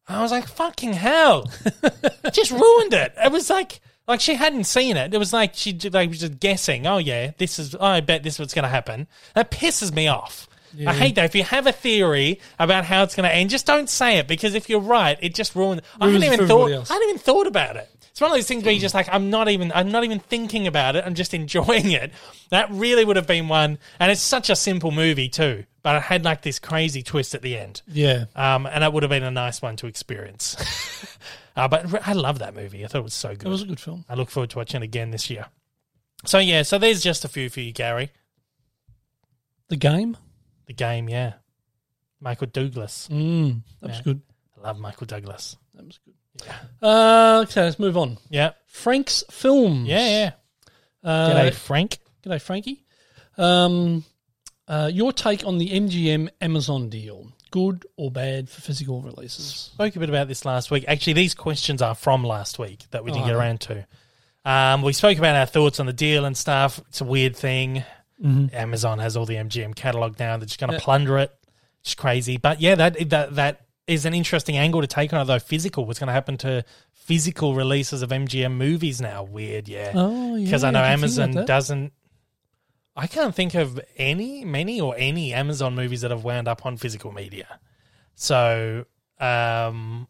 B: I was like, "Fucking hell!" just ruined it. It was like like she hadn't seen it. It was like she j- like was just guessing. Oh yeah, this is. I bet this is what's going to happen. That pisses me off. I hate that. If you have a theory about how it's going to end, just don't say it because if you're right, it just ruins. I
C: Ruins
B: hadn't
C: it
B: even
C: for
B: thought.
C: everybody else.
B: I hadn't even thought about it. It's one of those things where you're just like, I'm not even. I'm not even thinking about it. I'm just enjoying it. That really would have been one. And it's such a simple movie too, but it had like this crazy twist at the end.
C: Yeah.
B: Um, and that would have been a nice one to experience. uh, but re- I love that movie. I thought it was so good.
C: That was a good film.
B: I look forward to watching it again this year. So yeah, so there's just a few for you, Gary.
C: The game?
B: The game, yeah. Michael Douglas.
C: Mm, that was good.
B: I love Michael Douglas.
C: That was good. Uh, okay, let's move on.
B: Yeah,
C: Frank's Films.
B: yeah, yeah.
C: Uh,
B: G'day, Frank.
C: G'day, Frankie. Um, uh, your take on the MGM Amazon deal, good or bad for physical releases?
B: Spoke a bit about this last week. Actually, these questions are from last week that we
C: Oh,
B: didn't get around to. Um, we spoke about our thoughts on the deal and stuff. It's a weird thing.
C: Mm-hmm.
B: Amazon has all the MGM catalog now. They're just going to plunder it. It's crazy, but yeah, that that that is an interesting angle to take on. it, Though physical, what's going to happen to physical releases of MGM movies now? Weird, yeah.
C: Oh, yeah,
B: Because I know
C: I didn't think about
B: Amazon
C: that.
B: doesn't. I can't think of any, many, or any Amazon movies that have wound up on physical media. So, um,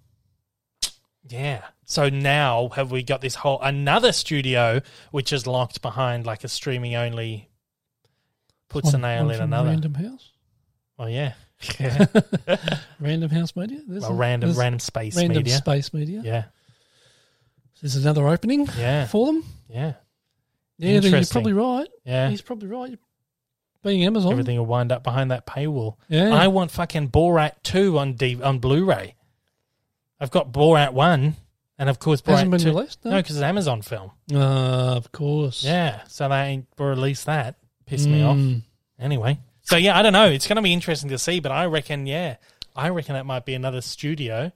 B: yeah. So now have we got this whole another studio which is locked behind like a streaming only puts a
C: One-
B: nail
C: one
B: in
C: from
B: another.
C: Random House?
B: Oh yeah. yeah.
C: Random House Media? There's
B: well,
C: a-
B: random
C: there's
B: random space
C: random
B: media.
C: Space Media.
B: Yeah.
C: There's another opening
B: Yeah.
C: for them.
B: Yeah.
C: Yeah, then you're
B: Interesting.
C: probably right.
B: Yeah.
C: He's probably right. Being Amazon.
B: Everything will wind up behind that paywall.
C: Yeah.
B: I want fucking Borat 2 on D- on Blu-ray. I've got Borat 1 and of course Borat
C: Hasn't been
B: 2.
C: released, no?
B: No, because it's an Amazon film.
C: Uh, of course. Mm.
B: Yeah, so they ain't released that. Pissed
C: Hmm.
B: me off. Anyway, so yeah, I don't know. It's going to be interesting to see, but I reckon, yeah, I reckon that might be another studio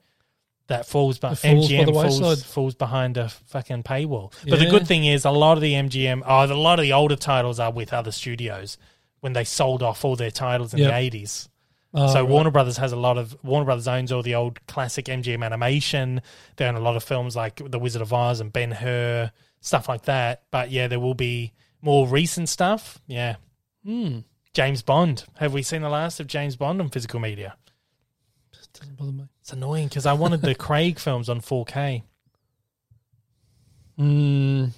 B: that falls, by,
C: That falls by
B: MGM
C: the
B: falls,
C: wayside.
B: falls behind a fucking paywall. But the
C: Yeah.
B: good thing is, a lot of the MGM, oh, a lot of the older titles are with other studios when they sold off all their titles in
C: Yep.
B: the eighties.
C: Oh,
B: so
C: right.
B: Warner Brothers has a lot of Warner Brothers owns all the old classic MGM animation. They own a lot of films like The Wizard of Oz and Ben Hur, stuff like that. But yeah, there will be more recent stuff. Yeah.
C: Hmm.
B: James Bond. Have we seen the last of James Bond on physical media?
C: Doesn't bother me.
B: It's annoying because I wanted the Craig films on 4K.
C: Mm.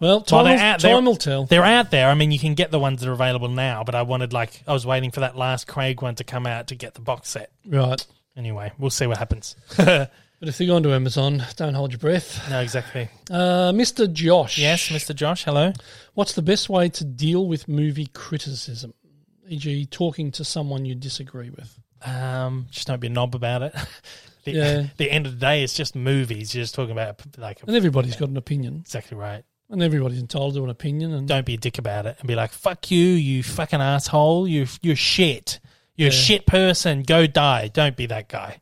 C: Well, time,
B: they're
C: will,
B: out-
C: time
B: they're-
C: will tell.
B: They're out there. I mean, you can get the ones that are available now, but I wanted like I was waiting for that last Craig one to come out to get the box set.
C: Right.
B: Anyway, we'll see what happens. no,
C: But if they're going to Amazon, don't hold your breath.
B: exactly.
C: Uh, Mr. Josh.
B: Yes, Mr. Josh. Hello.
C: What's the best way to deal with movie criticism? E.g., talking to someone you disagree with.
B: Um, just don't be a knob about it. the,
C: Yeah.
B: the end of the day, it's just movies. You're just talking about like
C: And everybody's got an opinion,
B: exactly right.
C: and everybody's entitled to an opinion. And
B: Don't be a dick about it and be like, "Fuck you, you fucking asshole. You you're shit. You're a
C: Yeah.
B: shit person. Go die." Don't be that guy.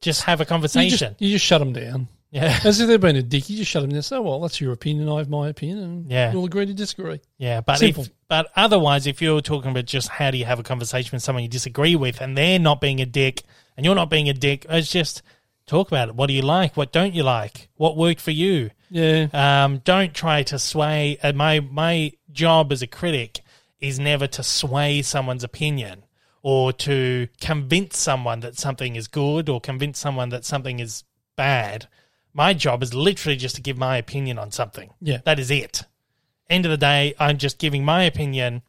B: Just have a
C: you
B: conversation.
C: just, you just shut them down.
B: Yeah.
C: As if they've been a dick, you just shut them down. So, well, that's your opinion. I have my opinion, and
B: Yeah.
C: we'll agree to disagree.
B: Yeah, but
C: Simple.
B: if, but otherwise, if you're talking about just how do you have a conversation with someone you disagree with, and they're not being a dick, and you're not being a dick, it's just talk about it. What do you like? What don't you like? What worked for you?
C: Yeah,
B: Um, don't try to sway. Uh, my my job as a critic is never to sway someone's opinion or to convince someone that something is good or convince someone that something is bad. My job is literally just to give my opinion on something.
C: Yeah.
B: that is it. End of the day, I'm just giving my opinion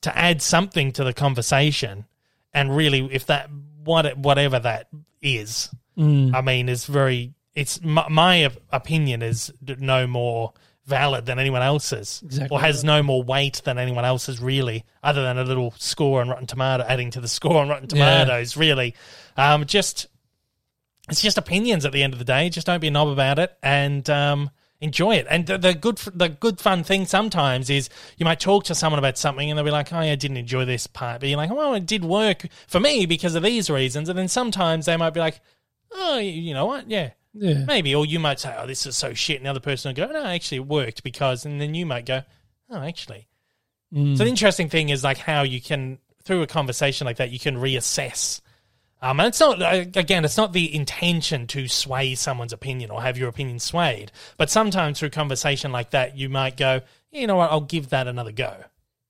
B: to add something to the conversation, and really, if that what whatever that is, I mean, it's very. It's my, my op- opinion is d- no more valid than anyone else's,
C: Exactly
B: or has no more weight than anyone else's, really, other than a little score on Rotten Tomato, adding to the score on Rotten
C: Yeah.
B: Tomatoes, really. Um, just it's just opinions at the end of the day. Just don't be a knob about it and um, enjoy it. And the, the good, the good fun thing sometimes is you might talk to someone about something and they'll be like, "Oh, yeah, I didn't enjoy this part," but you're like, "Well, it did work for me because of these reasons." And then sometimes they might be like, "Oh, you- you know what? Yeah."
C: yeah,
B: Maybe, or you might say, "Oh, this is so shit," and the other person will go, "No, actually, it worked because," and then you might go, "Oh, actually."
C: Mm.
B: So the interesting thing is like how you can, through a conversation like that, you can reassess. Um, and it's not uh, again, it's not the intention to sway someone's opinion or have your opinion swayed, but sometimes through conversation like that, you might go, "You know what? I'll give that another go,"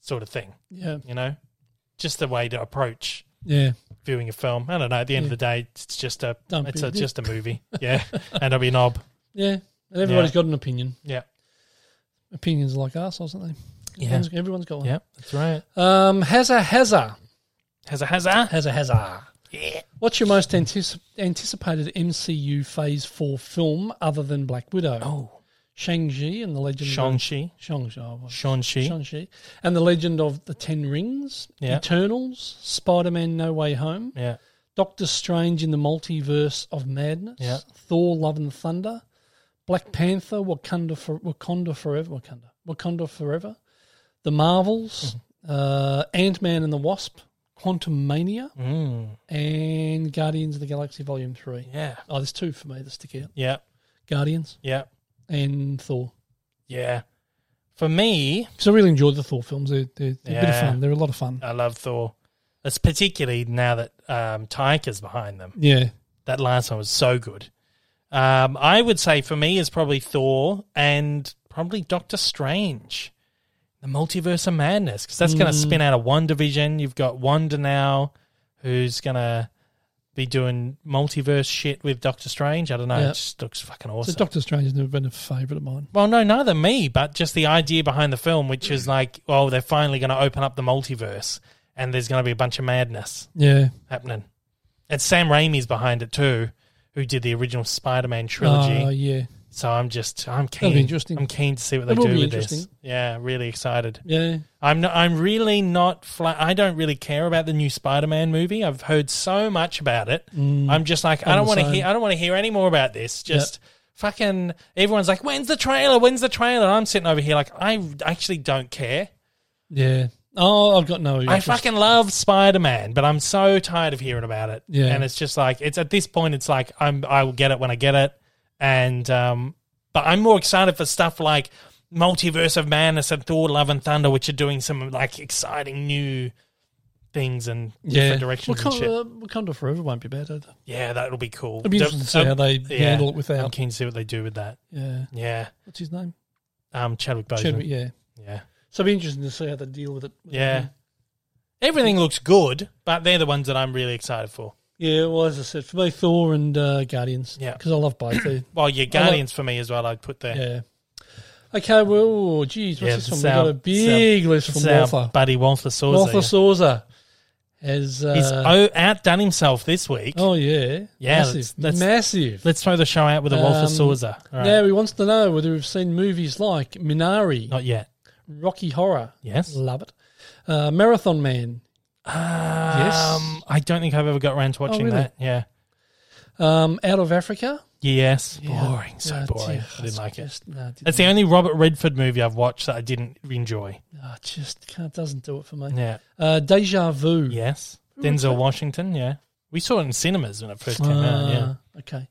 B: sort of thing.
C: yeah,
B: You know, just the way to approach
C: yeah.
B: viewing a film. I don't know. At the end of the day, it's just a
C: Don't
B: it's
C: be
B: a,
C: a dick.
B: just a movie, yeah, and I'll be a knob,
C: yeah. Everybody's
B: Yeah.
C: got an opinion.
B: yeah,
C: Opinions are like assholes, aren't they?
B: yeah,
C: Everyone's, everyone's got one.
B: yeah. That's right.
C: Um, Hazza Hazza.
B: Has a has a
C: Hazza Hazza.
B: yeah.
C: What's your most antici- anticipated MCU Phase 4 film other than Black Widow?
B: Oh,
C: Shang-Chi and the Legend of...
B: Shang-Chi.
C: Shang-Chi. oh, well,
B: Shang-Chi.
C: Shang-Chi. And the Legend of the Ten Rings.
B: Yeah.
C: Eternals. Spider-Man No Way Home.
B: Yeah.
C: Doctor Strange in the Multiverse of Madness.
B: Yeah.
C: Thor Love and Thunder. Black Panther Wakanda, for, Wakanda Forever. Wakanda. Wakanda Forever. The Marvels.
B: Mm-hmm.
C: Uh, Ant-Man and the Wasp. Quantum Mania.
B: Mm. Mm-hmm.
C: And Guardians of the Galaxy Volume 3.
B: Yeah.
C: Oh, there's two for me that stick out
B: Yeah.
C: Guardians
B: Yeah.
C: and Thor.
B: Yeah. For me,
C: Because I really enjoyed the Thor films. They're, they're, they're a bit of
B: Yeah.
C: fun. They're a lot of fun.
B: I love Thor. It's particularly now that um, Taika's behind them.
C: Yeah.
B: That last one was so good. Um, I would say for me is probably Thor and probably Doctor Strange, the Multiverse of Madness, because that's going to spin out of one division. You've got Wanda now, who's going to be doing multiverse shit with Doctor Strange. I don't know.
C: Yeah.
B: It just looks fucking
C: So
B: awesome.
C: Doctor Strange has never been a favourite of mine.
B: Well, no, neither me, but just the idea behind the film, which is like, oh, they're finally going to open up the multiverse and there's going to be a bunch of madness
C: Yeah.
B: happening. And Sam Raimi's behind it too, who did the original Spider Man trilogy.
C: Oh, yeah.
B: so I'm just, I'm keen.
C: be interesting.
B: I'm keen to see what they
C: That will
B: do
C: be
B: with this.
C: interesting.
B: Yeah, really excited.
C: Yeah.
B: I'm not, I'm really not flat. I don't really care about the new Spider-Man movie. I've heard so much about it. I'm just like I
C: Mm. I'm
B: don't
C: the
B: want to
C: same.
B: hear. I don't want to hear any more about this. Just fucking everyone's like, when's the trailer? When's the trailer? I'm sitting over here like I actually don't care.
C: Yeah. Oh, I've got no.
B: I
C: interest.
B: fucking love Spider-Man, but I'm so tired of hearing about it.
C: Yeah.
B: and it's just like it's at this point. It's like I'm I will get it when I get it, and um, but I'm more excited for stuff like. Multiverse of Madness and Thor: Love and Thunder, which are doing some like exciting new things and different directions
C: Wakanda,
B: and shit.
C: Wakanda Forever won't be bad. Either.
B: Yeah, that'll be cool.
C: It'll be interesting to see how they handle it without-
B: I'm keen to see what they do with that.
C: Yeah.
B: Yeah,
C: What's his name?
B: um, Chadwick Boseman.
C: Chadwick. Yeah.
B: Yeah,
C: So it'll be interesting to see how they deal with it.
B: yeah.
C: Mm-hmm.
B: Everything looks good, but they're the ones that I'm really excited for.
C: Yeah. Well, as I said, for me, Thor and uh, Guardians.
B: Yeah.
C: Because I love both. They,
B: Well, yeah, Guardians for me as well. I'd put there.
C: yeah. Okay. Well, oh, geez, what's
B: Yeah,
C: this
B: this
C: one?
B: is
C: We've
B: our-
C: got a big list
B: It's
C: from
B: our
C: Walther.
B: buddy Walther
C: Walther
B: Sauza.
C: Sauza has. Uh,
B: He's o- outdone himself this week.
C: oh yeah.
B: Yeah,
C: Massive.
B: that's- that's-
C: massive.
B: Let's throw the show out with a Walther
C: Um,
B: Sauza. All right.
C: Now he wants to know whether we've seen movies like Minari,
B: Not yet.
C: Rocky Horror.
B: Yes.
C: Love it. Uh, Marathon Man.
B: Um, I don't think I've ever got around to watching
C: really?
B: that. Yeah.
C: Um, Out of Africa.
B: Yes. Boring. So
C: Uh,
B: boring.
C: yeah,
B: I didn't like it.
C: just, No, I didn't-
B: That's the only Robert Redford movie I've watched that I didn't enjoy.
C: no, it oh, just can't, doesn't do it for me.
B: Yeah.
C: Uh, Deja Vu.
B: Yes. Denzel Washington. Yeah. We saw it in cinemas when it first came
C: Ah,
B: out. Yeah.
C: Okay.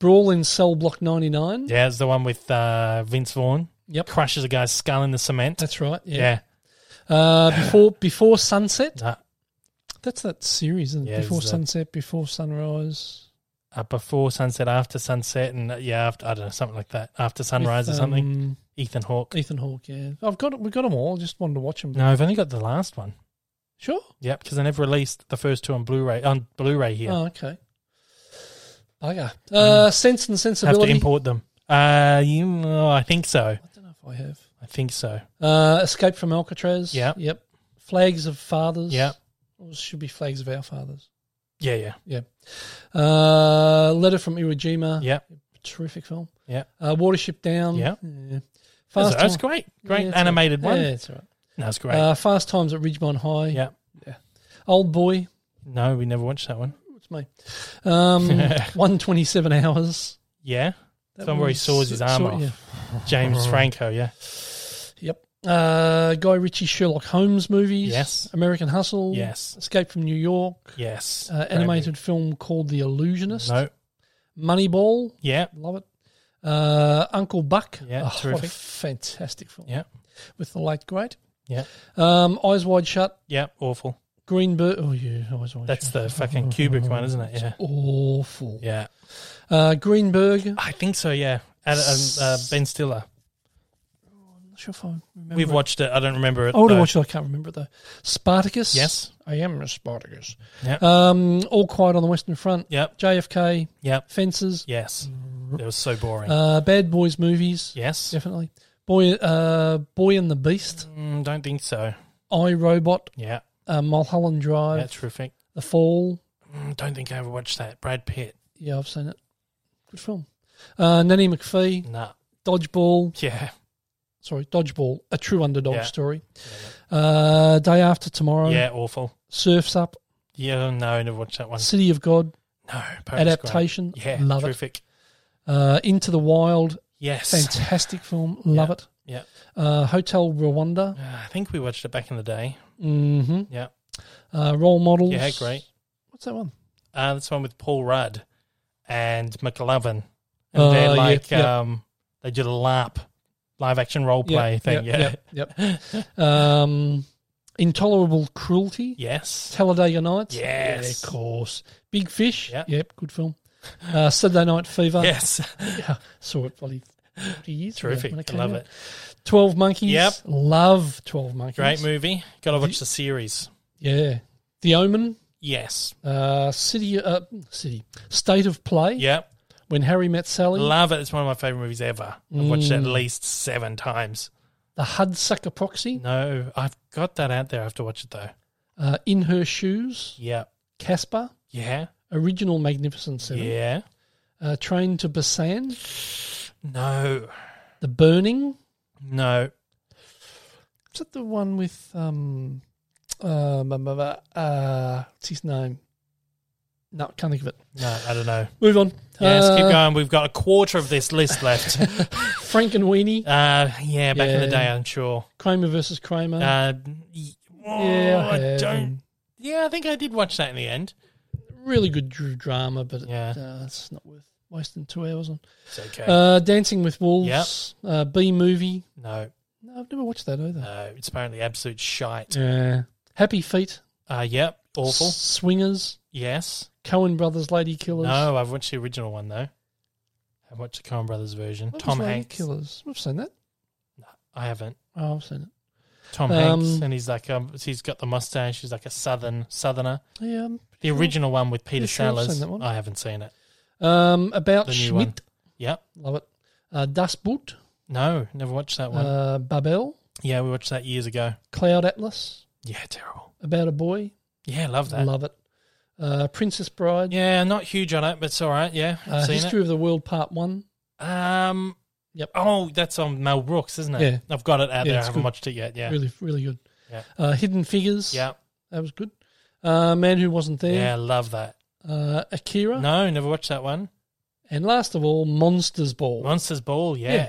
C: Brawl in Cell Block 99.
B: Yeah, it's the one with uh, Vince Vaughn.
C: Yep.
B: Crushes a guy's skull in the cement.
C: That's right. Yeah.
B: yeah.
C: Uh, before Before Sunset.
B: No,
C: That's that series, isn't it?
B: Yeah,
C: before
B: it's that-
C: Sunset, Before Sunrise.
B: uh, before sunset, after sunset, and uh, yeah, after, I don't know, something like that. After
C: with,
B: sunrise or something.
C: um,
B: Ethan Hawke.
C: Ethan Hawke, yeah. I've got we've got them all. Just wanted to watch them.
B: No, I've only got the last one.
C: Sure.
B: Yep, because I never released the first two on Blu-ray. On Blu-ray here,
C: Oh, okay. Bugger. Uh, Sense and
B: Mm. have to
C: Sensibility.
B: import them. Uh, you, oh, I think so.
C: I don't know if I have.
B: I think so.
C: Uh, Escape from Alcatraz.
B: Yep.
C: Yep. Flags of Fathers.
B: Yep.
C: Or should be Flags of Our Fathers.
B: Yeah, yeah,
C: Yeah. Uh, Letter from Iwo Jima.
B: yeah,
C: Terrific film.
B: yeah.
C: Uh, Watership Down.
B: Yep.
C: Yeah.
B: That's,
C: Fast
B: that's
C: Time-
B: great. Great
C: Yeah, it's
B: animated
C: all right.
B: one.
C: Yeah, it's all right.
B: That's great.
C: Uh, Fast Times at Ridgemont High.
B: yeah.
C: Old Boy.
B: No, we never watched that one.
C: It's me. Um, 127 hours.
B: Yeah.
C: That
B: That's one where he
C: was-
B: saws his arm
C: saw-
B: off.
C: yeah.
B: James Franco, yeah.
C: Yep. Uh, Guy Ritchie Sherlock Holmes movies.
B: Yes.
C: American Hustle.
B: Yes.
C: Escape from New York.
B: Yes.
C: Uh,
B: Great
C: animated film called The Illusionist.
B: movie. No.
C: Moneyball.
B: Yeah.
C: Love it. Uh, Uncle Buck.
B: Yeah,
C: what a
B: terrific.
C: fantastic film.
B: Yeah.
C: With the late great.
B: Yeah.
C: Um, Eyes Wide Shut.
B: Yeah. Awful.
C: Green Bird. Oh, yeah. Eyes Wide
B: That's
C: Shut.
B: the fucking Kubrick one, isn't it? Yeah.
C: Awful.
B: Yeah.
C: Uh, Greenberg. I'm
B: I think so. Yeah. Ad, um, uh, ben Stiller.
C: not sure if I remember.
B: We've
C: it.
B: watched it. I don't remember it.
C: I would have
B: though.
C: watched it. I can't remember it, though. Spartacus.
B: Yes.
C: I am a Spartacus.
B: Yeah.
C: Um, All Quiet on the Western Front.
B: Yep.
C: JFK.
B: Yep.
C: Fences.
B: Yes. It was so boring.
C: Uh, Bad Boys movies.
B: yes.
C: Definitely. Boy, uh, Boy and the Beast.
B: Mm, don't think so.
C: I Robot.
B: Yeah.
C: Uh, Mulholland Drive.
B: Yeah. Terrific.
C: The Fall.
B: Mm, don't think I ever watched that. Brad Pitt.
C: Yeah, I've seen it. Good film. Uh, Nanny McPhee.
B: Nah.
C: Dodgeball.
B: Yeah.
C: Sorry, Dodgeball. A true underdog
B: Yeah.
C: story. Uh, Day After Tomorrow.
B: Yeah. Awful.
C: Surfs Up.
B: Yeah. No. I never watched that one.
C: City of God.
B: No. Paris
C: Adaptation.
B: Grant. Yeah.
C: Love it.
B: terrific.
C: Uh, Into the Wild.
B: Yes.
C: Fantastic film. Love it.
B: Yeah.
C: Uh, Hotel Rwanda.
B: Uh, I think we watched it back in the day.
C: hmm
B: Yeah.
C: Uh, role models.
B: Yeah, great.
C: What's that one?
B: Uh, that's one with Paul Rudd and McLovin. And
C: Uh,
B: they're
C: yeah,
B: like,
C: yeah.
B: um, they did a LARP, live action role play thing. yeah.
C: Yep. yep, yep. um, Intolerable Cruelty.
B: Yes.
C: Talladega Nights.
B: Yes.
C: Yeah, of course. Big Fish.
B: Yeah.
C: Yep. Good film. Uh, Saturday Night Fever.
B: Yes.
C: Yeah, saw it bloody 40 years ago
B: Terrific.
C: when it
B: I
C: came
B: love
C: out.
B: it.
C: 12 Monkeys.
B: Yep.
C: Love 12 Monkeys.
B: Great movie. Got to watch the series.
C: Yeah. The Omen.
B: Yes.
C: Uh, City. Uh, City. State of Play.
B: Yep.
C: When Harry Met Sally.
B: Love it. It's one of my favorite movies ever. I've watched it at least seven times.
C: the Hudsucker Proxy.
B: No, I've got that out there. I have to watch it though.
C: Uh, In Her Shoes.
B: Yeah.
C: Casper.
B: Yeah.
C: Original Magnificent Seven.
B: Yeah.
C: Uh, Train to Busan.
B: No.
C: The Burning.
B: No.
C: Is that the one with um um um, uh, uh what's his name? No, can't think of it.
B: No. I don't know.
C: Move on.
B: Yes, keep
C: Uh,
B: going. We've got a quarter of this list left.
C: Frank and Weenie,
B: Uh, yeah, back in the
C: Yeah.
B: day, I'm sure.
C: Kramer versus Kramer.
B: Uh, y- oh,
C: yeah, I
B: I
C: have,
B: don't.
C: and
B: Yeah, I think I did watch that in the end.
C: really good dr- drama, but
B: Yeah.
C: it, uh, it's not worth wasting two hours on.
B: It's okay.
C: Uh, Dancing with Wolves, uh, B movie.
B: no,
C: No, I've never watched that either.
B: no, it's apparently absolute shite.
C: Yeah. Happy Feet,
B: Uh, yep, Uh, awful.
C: Swingers,
B: Yes.
C: Cohen Brothers, Lady Killers.
B: No, I've watched the original one though. I've watched the Coen Brothers version.
C: What was
B: Tom
C: Lady
B: Hanks.
C: Killers. I've seen that.
B: I haven't.
C: Oh, I've seen it.
B: Tom
C: Um,
B: Hanks, and he's like, um, he's got the mustache. He's like a southern southerner.
C: Yeah. um, I'm
B: The
C: sure.
B: original one with Peter
C: Yeah, sure, I've seen
B: Sellers.
C: that one.
B: I haven't seen it.
C: Um, about
B: The new
C: Schmidt.
B: one. Yep.
C: Love it. Uh, Das Boot,
B: No, never watched that one.
C: uh, Babel,
B: yeah, we watched that years ago.
C: Cloud Atlas,
B: Yeah, terrible.
C: About a Boy.
B: Yeah, love that.
C: Love it. Uh, Princess Bride.
B: Yeah, not huge on it, but it's all right. Yeah, I've
C: Uh,
B: seen
C: History of the World Part One.
B: it. Um,
C: Yep.
B: oh, that's on Mel Brooks, isn't it?
C: Yeah.
B: I've got it out
C: Yeah,
B: there. I
C: it's
B: haven't
C: good.
B: watched it yet. Yeah,
C: Really, really good.
B: Yeah.
C: Uh, Hidden Figures.
B: yeah,
C: That was good. Uh, Man Who Wasn't
B: yeah.
C: There.
B: Love that.
C: Uh, Akira.
B: No, never watched that one.
C: And last of all, Monsters Ball.
B: Monsters Ball. Yeah,
C: Yeah.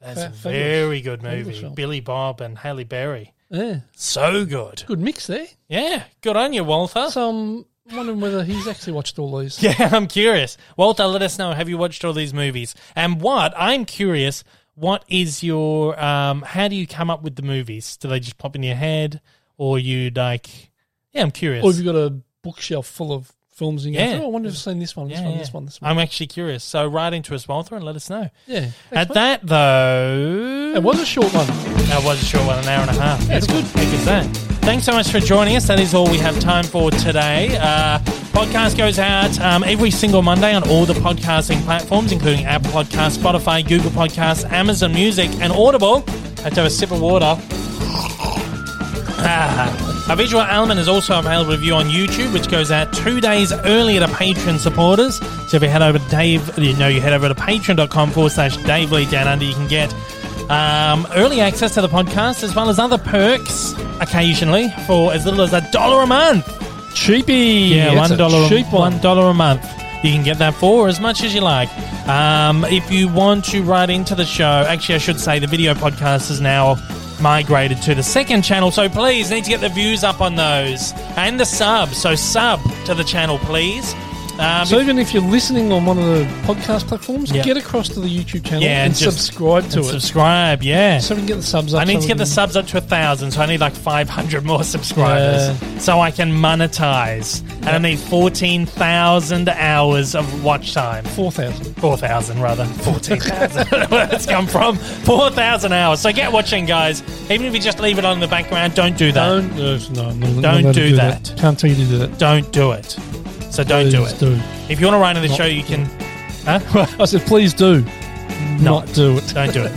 B: that's
C: Fa-
B: a
C: fabulous.
B: very good
C: Fabulous
B: movie.
C: film.
B: Billy Bob and Haley Berry.
C: yeah.
B: So good.
C: Good mix there.
B: Yeah, good on you, Walter.
C: So I'm I'm wondering whether he's actually watched all these.
B: Yeah, I'm curious. Walter, let us know. Have you watched all these movies? And what I'm curious, what is your um? How do you come up with the movies? Do they just pop in your head, or you like? Yeah, I'm curious.
C: Or have you got a bookshelf full of films and you
B: Yeah.
C: go, oh, I wonder if I've seen this one, this
B: Yeah,
C: one,
B: yeah.
C: this one, this one.
B: I'm actually curious. So write into us, Walter, and let us know.
C: yeah. Thanks,
B: At
C: mate.
B: that though,
C: It was a short one.
B: That was a short one, an hour and a half.
C: it's
B: Beautiful. Heck is that? Thanks so much for joining us. That is all we have time for today. Uh, podcast goes out um, every single Monday on all the podcasting platforms, including Apple Podcasts, Spotify, Google Podcasts, Amazon Music, and Audible. Have to have a sip of water. Our visual element is also available to view on YouTube, which goes out two days earlier to Patreon supporters. So if you head over to Dave, you know, you head over to patreon.com forward slash Dave Lee Down Under, you can get um, early access to the podcast as well as other perks occasionally for as little as a dollar a month.
C: Cheapy.
B: Yeah,
C: That's
B: one
C: a
B: dollar,
C: cheap one.
B: one dollar a month. You can get that for as much as you like. Um, if you want to write into the show, actually, I should say the video podcast is now migrated to the second channel. So please need to get the views up on those and the subs. So sub to the channel, please. Um,
C: So even if you're listening on one of the podcast platforms,
B: Yeah.
C: get across to the YouTube channel
B: Yeah,
C: and,
B: and just-
C: subscribe to
B: and
C: it.
B: subscribe. Yeah.
C: so we can get the subs up.
B: I need
C: so
B: to get
C: we
B: the
C: can-
B: subs up to a thousand, so I need like five hundred more subscribers, so I can monetize. And I need fourteen thousand hours of watch time.
C: 4,000.
B: 4,000 rather. 14,000. Where that's come from. 4,000 hours. So get watching, guys. Even if you just leave it on in the background, don't do that.
C: Don't, no, no, I'm not- I'm not
B: Don't
C: allowed to
B: do that.
C: Can't tell you to do that.
B: Don't, do it. So don't do
C: Please
B: it. If you want to run into the
C: Not-
B: show, you can. Huh?
C: I said, please do not do it.
B: Don't do it.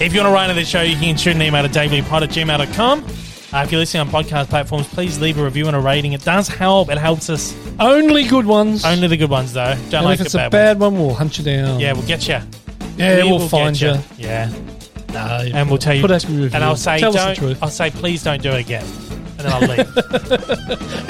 B: if you want to write into the show, you can shoot an email to davelypod at gmail.com. Uh, if you're listening on podcast platforms, please leave a review and a rating. It does help. It helps us.
C: Only good ones.
B: Only the good ones, though. Don't
C: and
B: like
C: if it's
B: the
C: a
B: bad, ones.
C: bad one, we'll hunt you down.
B: Yeah, we'll get you.
C: yeah
B: We
C: we'll,
B: will
C: find
B: get
C: you.
B: ya. Yeah.
C: Nah,
B: and we'll tell you.
C: Put out your review.
B: and I'll say,
C: tell
B: don't,
C: us the truth.
B: I'll say, please don't do it again. And then I'll leave.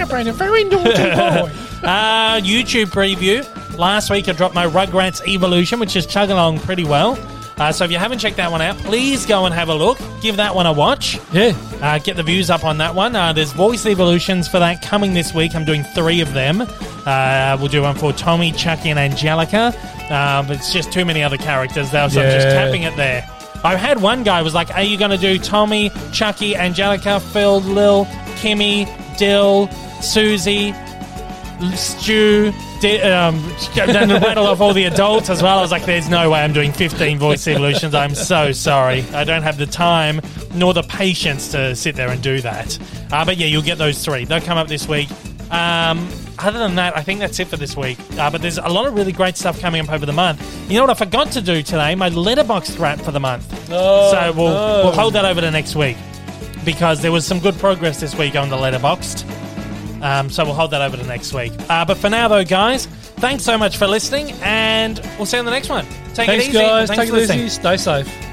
C: Brandon, very naughty boy.
B: uh, YouTube preview. Last week I dropped my Rugrats Evolution, which is chugging along pretty well. Uh, so if you haven't checked that one out, please go and have a look. Give that one a watch.
C: yeah.
B: Uh, get the views up on that one. Uh, there's voice evolutions for that coming this week. I'm doing three of them. Uh, we'll do one for Tommy, Chucky, and Angelica. Uh, but it's just too many other characters now, so I'm just
C: Yeah.
B: tapping it there. I had one guy was like, "Are you going to do Tommy, Chucky, Angelica, Phil, Lil, Kimmy, Dill, Susie, Stu, di- um, then the rattle off all the adults as well. I was like, there's no way I'm doing 15 voice evolutions. I'm so sorry. I don't have the time nor the patience to sit there and do that. Uh, but yeah, you'll get those three. They'll come up this week. Um, other than that, I think that's it for this week. Uh, but there's a lot of really great stuff coming up over the month. You know what I forgot to do today? My letterbox wrap for the month. so we'll,
C: Oh, no.
B: we'll hold that over to next week because there was some good progress this week on the letterboxed. Um, so we'll hold that over to next week. Uh, but for now, though, guys, thanks so much for listening, and we'll see you on the next one. Take
C: Thanks,
B: it easy.
C: guys.
B: Thanks
C: Take
B: for
C: it
B: listening.
C: easy. Stay safe.